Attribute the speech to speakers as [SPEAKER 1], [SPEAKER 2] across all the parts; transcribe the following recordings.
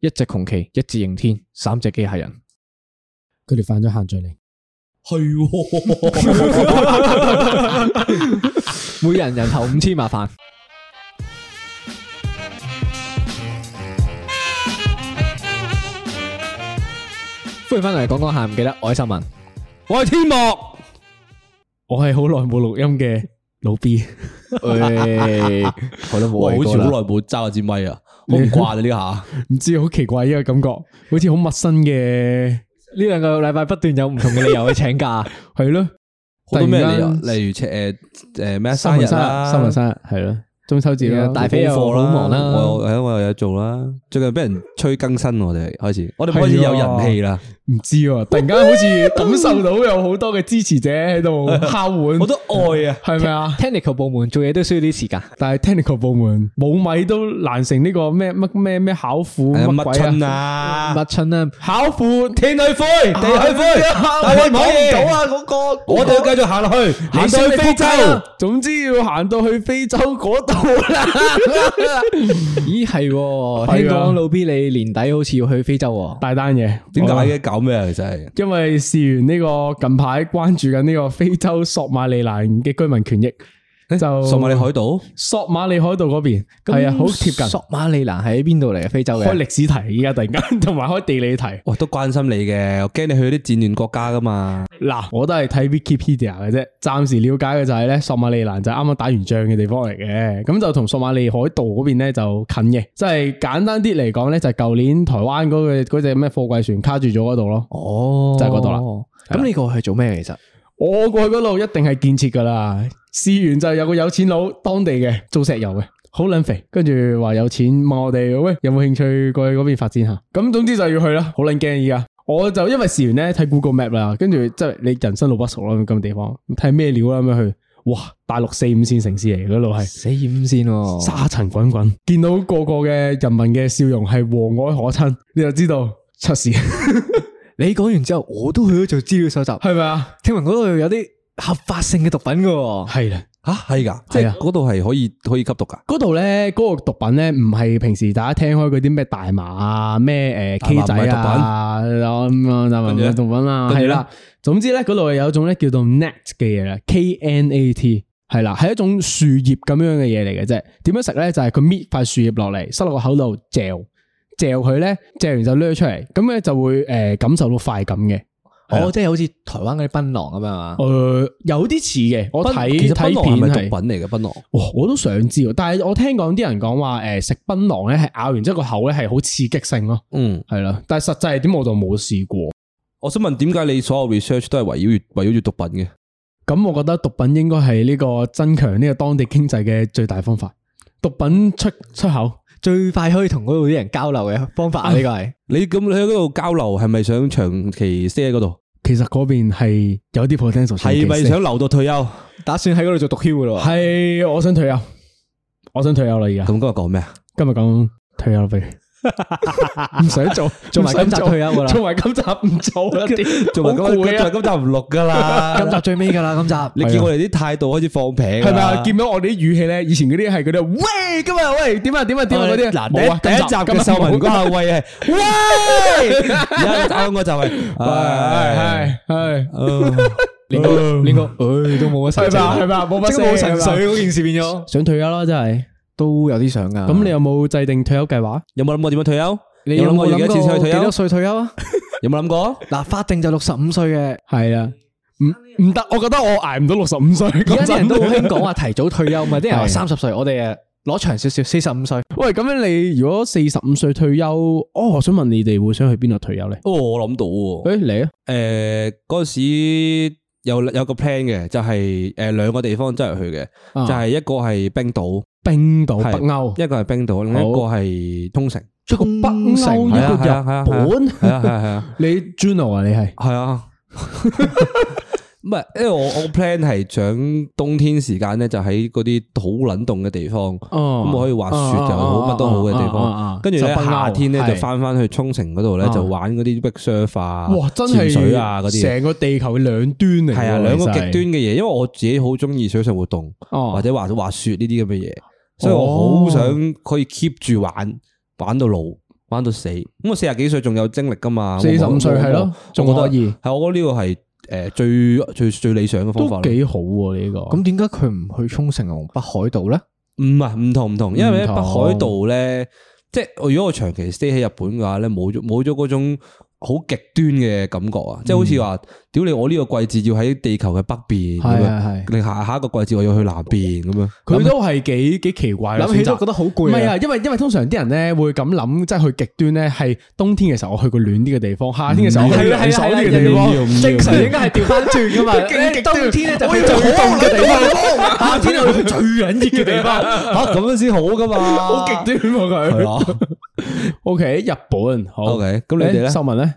[SPEAKER 1] 一隻窮奇，一隻刑天，三隻機械人。
[SPEAKER 2] 佢哋犯咗限聚令，
[SPEAKER 3] 系喎，
[SPEAKER 1] 每人人頭五千，麻煩。歡迎翻嚟，講講下唔記得，我係新文，我係天幕，我係好耐冇錄音嘅老 B，我都哎
[SPEAKER 3] 哇，
[SPEAKER 1] 冇
[SPEAKER 3] 好
[SPEAKER 1] 位
[SPEAKER 3] 似
[SPEAKER 1] 過
[SPEAKER 3] 好
[SPEAKER 1] 啦
[SPEAKER 3] 耐冇揸支咪啊，我唔慣啊 呢下。
[SPEAKER 1] 唔知好奇怪呢個感覺，好似好陌生嘅。呢兩個禮拜不斷有唔同嘅理由去 請假，係咯，
[SPEAKER 3] 好多咩理由？
[SPEAKER 1] 突然間
[SPEAKER 3] 例如诶诶咩啊
[SPEAKER 1] 新
[SPEAKER 3] 生日
[SPEAKER 1] 聞生
[SPEAKER 3] 啦，啊
[SPEAKER 1] 日、新聞生日係咯，中秋節
[SPEAKER 4] 啊
[SPEAKER 1] 啦，
[SPEAKER 3] 大
[SPEAKER 1] 大飛又好忙啦，
[SPEAKER 3] 我我我有嘢做啦。最近俾人催更新，我哋開始，我哋開始
[SPEAKER 1] 係
[SPEAKER 3] 有
[SPEAKER 1] 啊
[SPEAKER 3] 人氣啦。
[SPEAKER 1] 唔知喎，突然間好似感受到有好多嘅支持者喺 度敲碗，
[SPEAKER 3] 好多愛啊！
[SPEAKER 1] 係咪啊？
[SPEAKER 4] technical 部門做嘢都需要啲時間。
[SPEAKER 1] 但係 technical 部門冇米都難成呢個咩乜咩咩考苦
[SPEAKER 3] 誒
[SPEAKER 1] 乜
[SPEAKER 3] 麥
[SPEAKER 1] 鬼
[SPEAKER 3] 春
[SPEAKER 1] 啊？
[SPEAKER 3] 啊，
[SPEAKER 4] 麥春啊，
[SPEAKER 1] 考苦
[SPEAKER 3] 天去 灰，地去灰， 但係講唔到啊！嗰個我哋要繼續行落去，行到去非洲。
[SPEAKER 1] 啊總之要行到去非洲嗰度 啦。
[SPEAKER 4] 咦係
[SPEAKER 1] 係 啊
[SPEAKER 4] 喎，聽講老 B 你年底好似要去非洲喎。
[SPEAKER 1] 大單嘢
[SPEAKER 3] 點解？嘅？搞咩啊？其實係
[SPEAKER 1] 因為事完呢個近排關注緊呢個非洲索馬利蘭嘅居民權益，就
[SPEAKER 3] 索馬里海島。
[SPEAKER 1] 索馬利海島嗰邊係啊，好貼近。
[SPEAKER 4] 索馬里蘭喺邊度嚟嘅？非洲嘅。
[SPEAKER 1] 開歷史題，依家突然間 同埋開地理題。
[SPEAKER 3] 哇，都關心你嘅，我驚你去啲戰亂國家噶嘛。
[SPEAKER 1] 嗱，我都係睇 Wikipedia 嘅啫，暫時了解嘅就係咧，索馬利蘭就係啱啱打完仗嘅地方嚟嘅，咁就同索馬利海盜嗰邊咧就近嘅，即係簡單啲嚟講咧，就係舊年台灣嗰個嗰只咩貨櫃船卡住咗嗰度咯。
[SPEAKER 4] 哦，
[SPEAKER 1] 就係嗰度啦。
[SPEAKER 4] 咁你過去做咩？其實
[SPEAKER 1] 我過去嗰度一定係建設噶啦，試完就有個有錢佬當地嘅做石油嘅。好撚肥，跟住話有錢問我哋，喂有冇興趣過去嗰邊發展下？咁總之就要去啦，好撚驚依家。我就因為試完咧睇 Google Map 啦，跟住即係你人生路不熟啦，咁嘅地方睇咩料啦咁樣去，哇！大陸四五線城市嚟嘅嗰度係。
[SPEAKER 4] 死險先喎。
[SPEAKER 1] 沙塵滾滾，見到個個嘅人民嘅笑容係和蔼可親，你就知道出事
[SPEAKER 4] 你講完之後，我都去咗做資料搜集。
[SPEAKER 1] 係咪啊？
[SPEAKER 4] 聽聞嗰度有啲合法性嘅毒品嘅喎。
[SPEAKER 1] 係啦。
[SPEAKER 3] 吓係噶，即
[SPEAKER 1] 係
[SPEAKER 3] 係
[SPEAKER 1] 啊
[SPEAKER 3] 嗰度係可以可以吸毒噶。
[SPEAKER 1] 嗰度咧，嗰、個毒品咧，唔係平時大家聽開嗰啲咩大麻啊、咩誒
[SPEAKER 3] 大
[SPEAKER 1] K
[SPEAKER 3] 麻唔
[SPEAKER 1] 仔
[SPEAKER 3] 係毒品
[SPEAKER 1] 啊、咁啊、大麻
[SPEAKER 3] 跟
[SPEAKER 1] 唔
[SPEAKER 3] 住咧
[SPEAKER 1] 係毒品啊，
[SPEAKER 3] 跟住
[SPEAKER 1] 係
[SPEAKER 3] 咧
[SPEAKER 1] 啦。總之咧，嗰度有一種咧叫做 nat 嘅嘢啦，K N A T 係啦，係一種樹葉咁樣嘅嘢嚟嘅啫。點樣食咧？就係佢搣塊樹葉落嚟，塞落個口度嚼嚼佢咧，嚼完就掠出嚟，咁咧就會誒、呃感受到快感嘅。係啊
[SPEAKER 4] 哦我即係好似台灣嗰啲檳榔咁樣啊
[SPEAKER 1] 誒、。呃有啲似嘅，我睇
[SPEAKER 3] 其實檳
[SPEAKER 1] 睇
[SPEAKER 3] 榔係
[SPEAKER 1] 片
[SPEAKER 3] 咪毒
[SPEAKER 1] 係
[SPEAKER 3] 品。嚟嘅檳榔？
[SPEAKER 1] 哇！我都想知喎，但係我聽講啲人講話，誒、食檳榔咧係咬完之後個口咧係好刺激性咯，
[SPEAKER 3] 嗯，
[SPEAKER 1] 係啦。但係實際係點我就冇試過。
[SPEAKER 3] 我想問點解你所有 research 都係圍繞住圍繞住毒品嘅？
[SPEAKER 1] 咁我覺得毒品應該係呢個增強呢個當地經濟嘅最大方法。毒品出出口
[SPEAKER 4] 最快可以同嗰度啲人交流嘅方 法啊，呢個係
[SPEAKER 3] 你咁你喺嗰度交流係咪想長期 stay 喺嗰度？
[SPEAKER 1] 其實嗰邊係有啲 potential 嘅。
[SPEAKER 3] 係咪想留到退休？
[SPEAKER 4] 打算喺嗰度做毒枭嘅咯喎。
[SPEAKER 1] 係我想退休，我想退休啦！而家
[SPEAKER 3] 咁今日講咩啊？
[SPEAKER 1] 今日講退休啦，不如唔想做，
[SPEAKER 4] 做埋
[SPEAKER 1] 唔想
[SPEAKER 4] 今集退休㗎啦
[SPEAKER 1] 做埋今集唔做啦，啲
[SPEAKER 3] 做埋
[SPEAKER 1] 好
[SPEAKER 3] 今
[SPEAKER 1] 攰
[SPEAKER 3] 日做
[SPEAKER 1] 啊
[SPEAKER 3] 埋今集唔錄噶 啦。
[SPEAKER 4] 今集最尾㗎啦，今集。
[SPEAKER 3] 你見我哋啲態度開始放平㗎
[SPEAKER 1] 系咪
[SPEAKER 3] 啦，
[SPEAKER 1] 啊？見到我哋啲語氣咧，以前嗰啲係嗰啲喂，今日喂點啊點啊點啊嗰啲，
[SPEAKER 3] 嗱，
[SPEAKER 1] 冇啊
[SPEAKER 3] 第一第一集
[SPEAKER 1] 今日
[SPEAKER 3] 嘅秀文嗰下喂係喂，而家我就 係唉
[SPEAKER 1] 係係
[SPEAKER 4] 連個連個，唉，都冇乜神
[SPEAKER 1] 係
[SPEAKER 4] 情
[SPEAKER 1] 嘛係嘛，冇乜
[SPEAKER 4] 即係
[SPEAKER 1] 聲
[SPEAKER 4] 冇神
[SPEAKER 1] 係嘛
[SPEAKER 4] 水嗰件事變咗，
[SPEAKER 1] 想退休啦，真係。
[SPEAKER 4] 都有啲想噶。
[SPEAKER 1] 咁你有冇制定退休計劃？
[SPEAKER 3] 有冇諗過點樣退休？
[SPEAKER 4] 你
[SPEAKER 3] 有
[SPEAKER 4] 有
[SPEAKER 3] 冇諗過
[SPEAKER 4] 冇
[SPEAKER 3] 而家
[SPEAKER 4] 諗
[SPEAKER 3] 幾時可以
[SPEAKER 4] 過
[SPEAKER 3] 退
[SPEAKER 4] 幾
[SPEAKER 3] 休
[SPEAKER 4] 多？歲退休 啊？
[SPEAKER 3] 有冇諗過？
[SPEAKER 4] 嗱，法定就六十五歲嘅，
[SPEAKER 1] 係啊，唔唔得，我覺得我捱唔到六十五歲。
[SPEAKER 4] 而家
[SPEAKER 1] 而
[SPEAKER 4] 啲人都好 興講話提早退休嘛，啲人話
[SPEAKER 1] 係
[SPEAKER 4] 三十歲，我哋誒呃攞長少少，四十五歲。
[SPEAKER 1] 喂，咁樣你如果四十五歲退休，哦，我想問你哋會想去邊度退休咧？
[SPEAKER 3] 哦，我諗到喎。
[SPEAKER 1] 誒，嚟啊！
[SPEAKER 3] 诶，呃嗰阵时呃
[SPEAKER 1] 啊
[SPEAKER 3] 有有个 plan 嘅，就係诶两個地方真係去嘅，就係一個係冰島，
[SPEAKER 1] 冰島、
[SPEAKER 3] 係
[SPEAKER 1] 北歐，
[SPEAKER 3] 一個係冰島，另一個
[SPEAKER 1] 好
[SPEAKER 3] 係沖繩。
[SPEAKER 1] 出個北歐，
[SPEAKER 3] 係啊係啊
[SPEAKER 1] 一個日
[SPEAKER 3] 係
[SPEAKER 1] 本。
[SPEAKER 3] 啊係啊係啊。
[SPEAKER 1] 你 Juno 啊，你係
[SPEAKER 3] 系啊。 唔系，因为我我 plan 系想冬天时间咧，就喺嗰啲好冷冻嘅地方，
[SPEAKER 1] 哦
[SPEAKER 3] 咁我可以滑雪又好，
[SPEAKER 1] 哦
[SPEAKER 3] 乜都好嘅地
[SPEAKER 1] 哦哦哦哦
[SPEAKER 3] 方。跟住
[SPEAKER 1] 就
[SPEAKER 3] 咧
[SPEAKER 1] 北歐
[SPEAKER 3] 夏天咧
[SPEAKER 1] 係
[SPEAKER 3] 就翻翻去沖繩嗰度咧，
[SPEAKER 1] 啊
[SPEAKER 3] 就玩嗰啲 big surf 啊、
[SPEAKER 1] 哇，真
[SPEAKER 3] 潛
[SPEAKER 1] 係
[SPEAKER 3] 水啊嗰啲。
[SPEAKER 1] 成個地球嘅兩端嚟喎。
[SPEAKER 3] 係啊，兩個
[SPEAKER 1] 其
[SPEAKER 3] 極端
[SPEAKER 1] 實
[SPEAKER 3] 嘅嘢，因為我自己好中意水上活動
[SPEAKER 1] 哦
[SPEAKER 3] 或者滑滑雪呢啲咁嘅嘢，所以我好想可以 keep 住玩，玩到老，玩到死。咁我四十幾歲仲有精力噶嘛？
[SPEAKER 1] 45歲係咯仲可以
[SPEAKER 3] 係我覺得呢個係诶最最最理想嘅方法咯。
[SPEAKER 1] 都幾好喎呢個。
[SPEAKER 4] 咁點解佢唔去沖繩啊同北海道咧？
[SPEAKER 3] 唔係唔同唔同，因為咧
[SPEAKER 1] 唔
[SPEAKER 3] 北
[SPEAKER 1] 同
[SPEAKER 3] 海道咧，即係呃如果我長期 stay 喺日本嘅話咧，冇咗冇咗嗰種好極端嘅感覺啊！即係好
[SPEAKER 1] 嗯
[SPEAKER 3] 似話，屌你我呢個季節要喺地球嘅北邊咁
[SPEAKER 1] 係係
[SPEAKER 3] 樣，你下下一個季節我要去南邊咁樣。
[SPEAKER 1] 佢都係幾幾奇怪嘅
[SPEAKER 4] 諗起
[SPEAKER 1] 選擇
[SPEAKER 4] 都覺得好攰
[SPEAKER 1] 唔
[SPEAKER 4] 啊
[SPEAKER 1] 係啊，因為因為通常啲人咧會咁諗，即係去極端咧係冬天嘅時候我去個暖啲嘅地方，夏天嘅時候我去涼爽啲嘅地
[SPEAKER 3] 唔要唔
[SPEAKER 1] 方。
[SPEAKER 3] 要
[SPEAKER 1] 正常應該係調翻轉 噶嘛。
[SPEAKER 4] 勁極端
[SPEAKER 1] 冬天咧就去最凍嘅地方，夏天就去最撚熱嘅地方，
[SPEAKER 3] 吓咁樣先好噶嘛？
[SPEAKER 1] 好極端喎
[SPEAKER 3] 係
[SPEAKER 1] 佢。
[SPEAKER 3] 啊
[SPEAKER 1] O K，日本好。
[SPEAKER 3] OK，咁你哋咧
[SPEAKER 1] 誒秀文咧，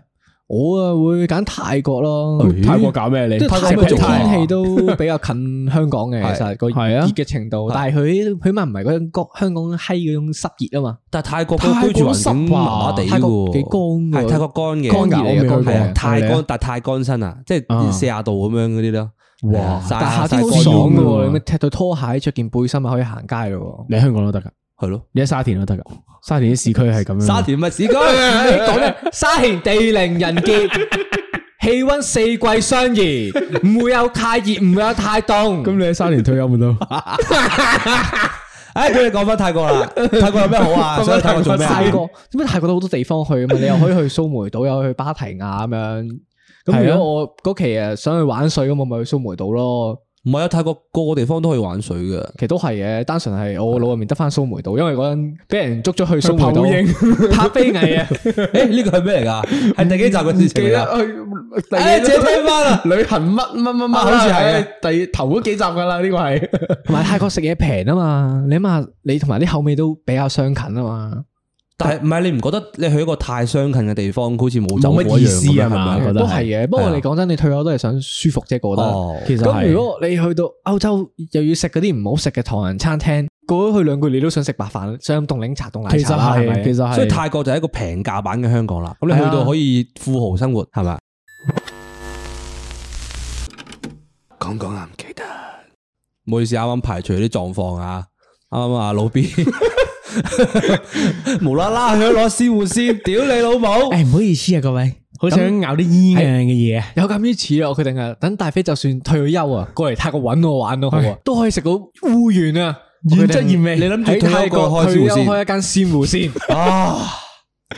[SPEAKER 4] 我啊會揀泰國咯。
[SPEAKER 1] 泰國搞咩你？
[SPEAKER 4] 即係泰國
[SPEAKER 1] 國
[SPEAKER 3] 做啊
[SPEAKER 4] 天氣都 比較近香港嘅，其實個
[SPEAKER 1] 係啊
[SPEAKER 4] 熱嘅程度，但係佢佢咪唔係嗰種國香港閪嗰種濕熱啊嘛，
[SPEAKER 3] 但係泰國嘅居住環境麻麻地嘅
[SPEAKER 4] 泰國幾乾
[SPEAKER 3] 喎，
[SPEAKER 4] 㗎
[SPEAKER 3] 係泰國乾嘅，
[SPEAKER 4] 乾熱嚟嘅
[SPEAKER 1] 我未去過
[SPEAKER 4] 乾
[SPEAKER 3] 係
[SPEAKER 4] 熱
[SPEAKER 3] 啊
[SPEAKER 4] 嚟嘅。
[SPEAKER 3] 太乾，但係太乾身啊，即係
[SPEAKER 1] 啊
[SPEAKER 3] 四廿度咁樣嗰啲咯。哇！
[SPEAKER 4] 但係夏天好
[SPEAKER 3] 曬乾
[SPEAKER 4] 爽啊
[SPEAKER 3] 咗
[SPEAKER 4] 嘅
[SPEAKER 1] 曬
[SPEAKER 4] 喎，
[SPEAKER 1] 乾
[SPEAKER 4] 你咪踢對拖鞋，着件背心啊，可以行街咯
[SPEAKER 1] 你喺香港都得噶，
[SPEAKER 3] 係咯。
[SPEAKER 1] 你喺沙田都得噶，沙田啲市區係咁樣。
[SPEAKER 3] 沙田咪市區，
[SPEAKER 4] 喎。你講咩？沙田地靈人 傑，氣温四季相宜，唔會有太熱，唔會有太凍。
[SPEAKER 1] 咁你喺沙田退休咪都？
[SPEAKER 3] 唉，佢哋講翻泰國啦，泰國有咩好啊？想去泰國做咩啊？
[SPEAKER 4] 泰國點解泰國都好多地方去啊嘛？你又可以去蘇梅島，又可以去芭提雅咁樣。咁
[SPEAKER 1] 係啊
[SPEAKER 4] 如果我嗰期誒想去玩水咁，我咪去蘇梅島咯。
[SPEAKER 3] 唔係啊，泰國個個地方都可以玩水嘅。
[SPEAKER 4] 其實都係嘅，單純係我腦入面得翻蘇梅島，因為嗰陣俾人捉咗去蘇梅
[SPEAKER 1] 泡
[SPEAKER 4] 島拍飛蟻啊！
[SPEAKER 3] 誒，呢個係咩嚟㗎？係第幾集嘅事情
[SPEAKER 1] 記
[SPEAKER 3] 嚟
[SPEAKER 1] 得
[SPEAKER 3] 㗎？
[SPEAKER 1] 去第
[SPEAKER 3] 誒，自己睇翻啦。
[SPEAKER 1] 旅行乜乜乜乜，
[SPEAKER 3] 啊好似係啊
[SPEAKER 1] 第頭嗰幾集噶啦，呢個係
[SPEAKER 4] 同埋泰國食嘢平啊嘛，你諗下你同埋啲口味都比較相近啊嘛，
[SPEAKER 3] 但係唔係你唔覺得你去一個太相近嘅地方，好似冇走
[SPEAKER 1] 冇乜
[SPEAKER 3] 過一樣
[SPEAKER 1] 意思啊
[SPEAKER 3] 咁樣
[SPEAKER 1] 嘛
[SPEAKER 3] 係咪
[SPEAKER 1] 覺得
[SPEAKER 4] 都係嘅。不過
[SPEAKER 3] 係啊
[SPEAKER 4] 你講真，你退休都係想舒服啫，我覺得。
[SPEAKER 3] 哦，
[SPEAKER 1] 其實
[SPEAKER 4] 咁如果你去到歐洲又要食嗰啲唔好食嘅唐人餐廳，過咗去兩句你都想食白飯，想飲凍檸茶、凍奶
[SPEAKER 1] 其實
[SPEAKER 4] 茶啦，係咪
[SPEAKER 1] 係其實係，
[SPEAKER 3] 所以泰國就係一個平價版嘅香港啦。咁你去
[SPEAKER 4] 係
[SPEAKER 3] 到
[SPEAKER 4] 啊
[SPEAKER 3] 可以富豪生活係咪？講講啊，唔記得。唔好意思，啱啱排除啲狀況啊，啱啱啊老 B。無啦啦想攞鮮活鮮，屌你老母！
[SPEAKER 1] 誒唔好意思啊，各位，好想咬啲醫硬嘅嘢啊，
[SPEAKER 4] 有鑑於此啊，我決定啊，等大飛就算退咗休啊，過嚟泰國揾我玩都好啊，都可以食到烏元啊，
[SPEAKER 1] 原汁原味
[SPEAKER 4] 我決定
[SPEAKER 3] 你諗住
[SPEAKER 4] 喺
[SPEAKER 3] 退休
[SPEAKER 4] 泰國
[SPEAKER 3] 過去開
[SPEAKER 4] 退
[SPEAKER 3] 鮮
[SPEAKER 4] 休
[SPEAKER 3] 芋先
[SPEAKER 4] 開一間鮮芋先。
[SPEAKER 3] 啊！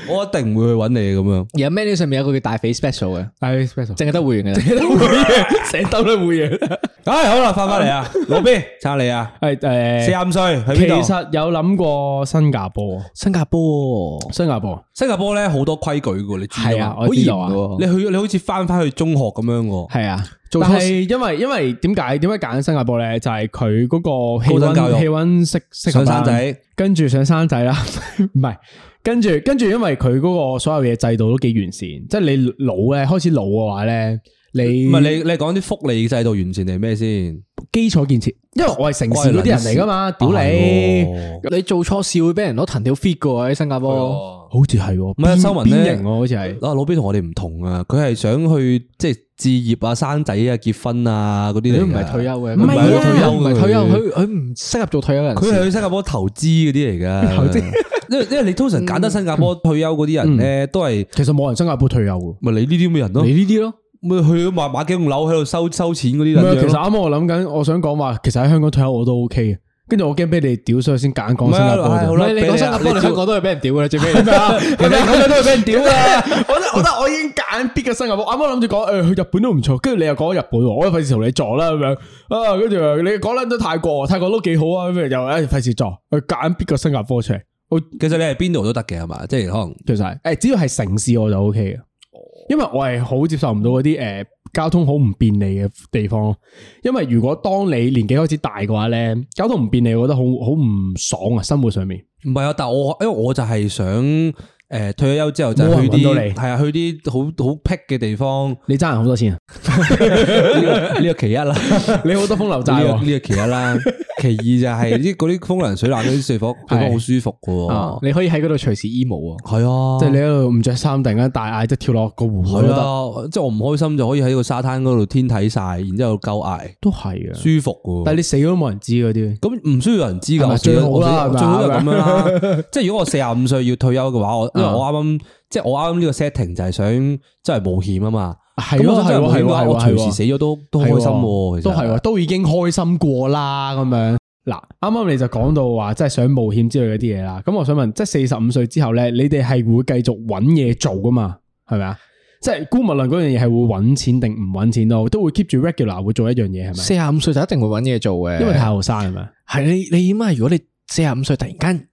[SPEAKER 3] 我一定唔會去揾你嘅咁樣。
[SPEAKER 4] 而家 menu 上面有個叫大肥 special 嘅，
[SPEAKER 1] 係 special，
[SPEAKER 4] 淨係得會員嘅。
[SPEAKER 1] 成兜都會員，
[SPEAKER 3] 唉、好啦，翻返嚟啊，老 B 撐你啊，
[SPEAKER 1] 係
[SPEAKER 3] 四十
[SPEAKER 1] 誒。
[SPEAKER 3] 五歲
[SPEAKER 1] 其
[SPEAKER 3] 去邊度？
[SPEAKER 1] 實有諗過新加坡，
[SPEAKER 4] 新加坡
[SPEAKER 1] 新加坡
[SPEAKER 3] 新加坡咧好多規矩嘅喎，你知㗎
[SPEAKER 1] 係
[SPEAKER 3] 嘛
[SPEAKER 1] 啊，我知道啊
[SPEAKER 4] 好嚴㗎喎
[SPEAKER 3] 你去你好似翻翻去中學咁樣喎，
[SPEAKER 1] 係啊，
[SPEAKER 4] 做
[SPEAKER 1] 但
[SPEAKER 4] 錯
[SPEAKER 1] 係因為因為點解點解揀新加坡咧？就係佢嗰個氣
[SPEAKER 3] 高等教育
[SPEAKER 1] 温氣温適適
[SPEAKER 3] 上
[SPEAKER 1] 合啦
[SPEAKER 3] 山仔，
[SPEAKER 1] 跟住上山仔啦，唔係，跟住跟住，因為佢嗰個所有嘢制度都幾完善，即係你老咧開始老嘅話咧，你
[SPEAKER 3] 唔係你你講啲福利制度完善定係咩先？
[SPEAKER 1] 基礎建設，因為我係城市嗰啲人嚟噶嘛，屌你，
[SPEAKER 3] 哦
[SPEAKER 4] 你做錯事會俾人攞藤條 fit 嘅喎喺新加坡。
[SPEAKER 3] 哦
[SPEAKER 1] 好似係喎，唔
[SPEAKER 3] 係啊修文咧
[SPEAKER 1] 型喎，好似係，
[SPEAKER 3] 啊，老 B 同我哋唔同啊，佢係想去即係置業啊、生仔啊、結婚啊嗰啲
[SPEAKER 4] 你
[SPEAKER 3] 嚟
[SPEAKER 4] 都
[SPEAKER 3] 㗎。
[SPEAKER 4] 唔係退休嘅，
[SPEAKER 1] 唔係啊
[SPEAKER 4] 退休，唔係退休，
[SPEAKER 3] 佢
[SPEAKER 4] 佢佢唔適合做退休人士。
[SPEAKER 3] 佢係去新加坡投資嗰啲 嚟㗎。因為因為你通常揀得新加坡退休嗰啲人咧，都係
[SPEAKER 1] 其實冇人新加坡退休嘅，
[SPEAKER 3] 咪你呢啲咁嘅人咯。
[SPEAKER 4] 呢啲咯，
[SPEAKER 3] 咪去咗買買幾棟樓喺度收收錢嗰啲
[SPEAKER 1] 唔係
[SPEAKER 3] 人
[SPEAKER 1] 其實
[SPEAKER 3] 樣
[SPEAKER 1] 啱啱我諗緊，我想講話，其實喺香港退休我都 OK 嘅，跟住我驚俾你屌，所以先揀講新加
[SPEAKER 3] 唔係啊係好
[SPEAKER 1] 坡
[SPEAKER 3] 啦
[SPEAKER 1] 啫。
[SPEAKER 4] 你
[SPEAKER 3] 俾
[SPEAKER 4] 講
[SPEAKER 3] 你
[SPEAKER 4] 新加
[SPEAKER 3] 你
[SPEAKER 4] 坡，你
[SPEAKER 3] 照
[SPEAKER 4] 香港都係俾人屌嘅，最尾 係啊？
[SPEAKER 1] 其實咁樣都係俾人屌啦！我覺得我覺得我已經揀必嘅新加坡，啱啱諗住講誒去日本都唔錯，跟住你又講日本喎，我又費事同你撞啦咁樣啊，跟住你講撚咗泰國喎，泰國都幾好啊，咁樣又誒費事撞，去揀必個新加坡出嚟，我
[SPEAKER 3] 其實你係邊度都得嘅係嘛？即係可能
[SPEAKER 1] 其實係誒只要係城市我就 O K 嘅，因為我係好接受唔到嗰啲诶交通好唔便利嘅地方咯。因為如果當你年紀開始大嘅話咧，交通唔便利，我覺得好好唔爽啊！生活上面
[SPEAKER 3] 唔係啊，但我因為我就係想诶、呃退咗休之後就去
[SPEAKER 1] 冇人揾到
[SPEAKER 3] 啲
[SPEAKER 1] 你
[SPEAKER 3] 係啊去啲好好僻嘅地 方，呢
[SPEAKER 1] 你爭人好多錢啊！
[SPEAKER 3] 個呢個其一 啦。
[SPEAKER 1] 你好多風流債
[SPEAKER 3] 呢個
[SPEAKER 1] 喎
[SPEAKER 3] 呢個其一 啦，其二就係啲嗰啲風涼水冷嗰啲地方，地方好舒服噶
[SPEAKER 1] 啊
[SPEAKER 3] 喎。
[SPEAKER 4] 你可以喺嗰度隨時 emo 啊！
[SPEAKER 3] 係啊，
[SPEAKER 1] 即係你喺度唔着衫，突然間大嗌，即係跳落個湖
[SPEAKER 3] 系
[SPEAKER 1] 都得，
[SPEAKER 3] 啊，即係我唔開心就可以喺個沙灘嗰度天睇晒，然之后夠捱，
[SPEAKER 1] 都係嘅。
[SPEAKER 3] 舒服噶
[SPEAKER 1] 嗯但係。你死都冇人知嗰啲。
[SPEAKER 3] 咁唔需要有人知
[SPEAKER 1] 係
[SPEAKER 3] 㗎，
[SPEAKER 1] 咪
[SPEAKER 3] 我死
[SPEAKER 1] 最好啦
[SPEAKER 3] 我死最好就
[SPEAKER 1] 係咪啊
[SPEAKER 3] 咁樣啦。即係如果我四廿五歲要退休嘅話，我因為我啱啱即係我啱啱呢個 setting 就係想真係冒險啊嘛。
[SPEAKER 1] 係
[SPEAKER 3] 咁
[SPEAKER 1] 咯
[SPEAKER 3] 我真
[SPEAKER 1] 係
[SPEAKER 3] 係冒
[SPEAKER 1] 咯係
[SPEAKER 3] 險嘅
[SPEAKER 1] 咯
[SPEAKER 3] 話
[SPEAKER 1] 係
[SPEAKER 3] 我
[SPEAKER 1] 咯係
[SPEAKER 3] 隨
[SPEAKER 1] 咯
[SPEAKER 3] 時死。咗都都開心喎。其
[SPEAKER 1] 都
[SPEAKER 3] 實
[SPEAKER 1] 係喎，都已經開心過啦咁樣。嗱，啱啱你就講到話，即係想冒險之類嗰啲嘢啦。咁我想問，即係四十五歲之後咧，你哋係會繼續揾嘢做噶嘛？係咪啊？即係姑勿論嗰樣嘢係會揾錢定唔揾錢都好，都會 keep 住 regular 會做一樣嘢係咪？
[SPEAKER 4] 四廿五歲就一定會揾嘢做嘅，
[SPEAKER 1] 因為太後生啊係咪？
[SPEAKER 4] 係你你點啊？如果你四廿五歲突然間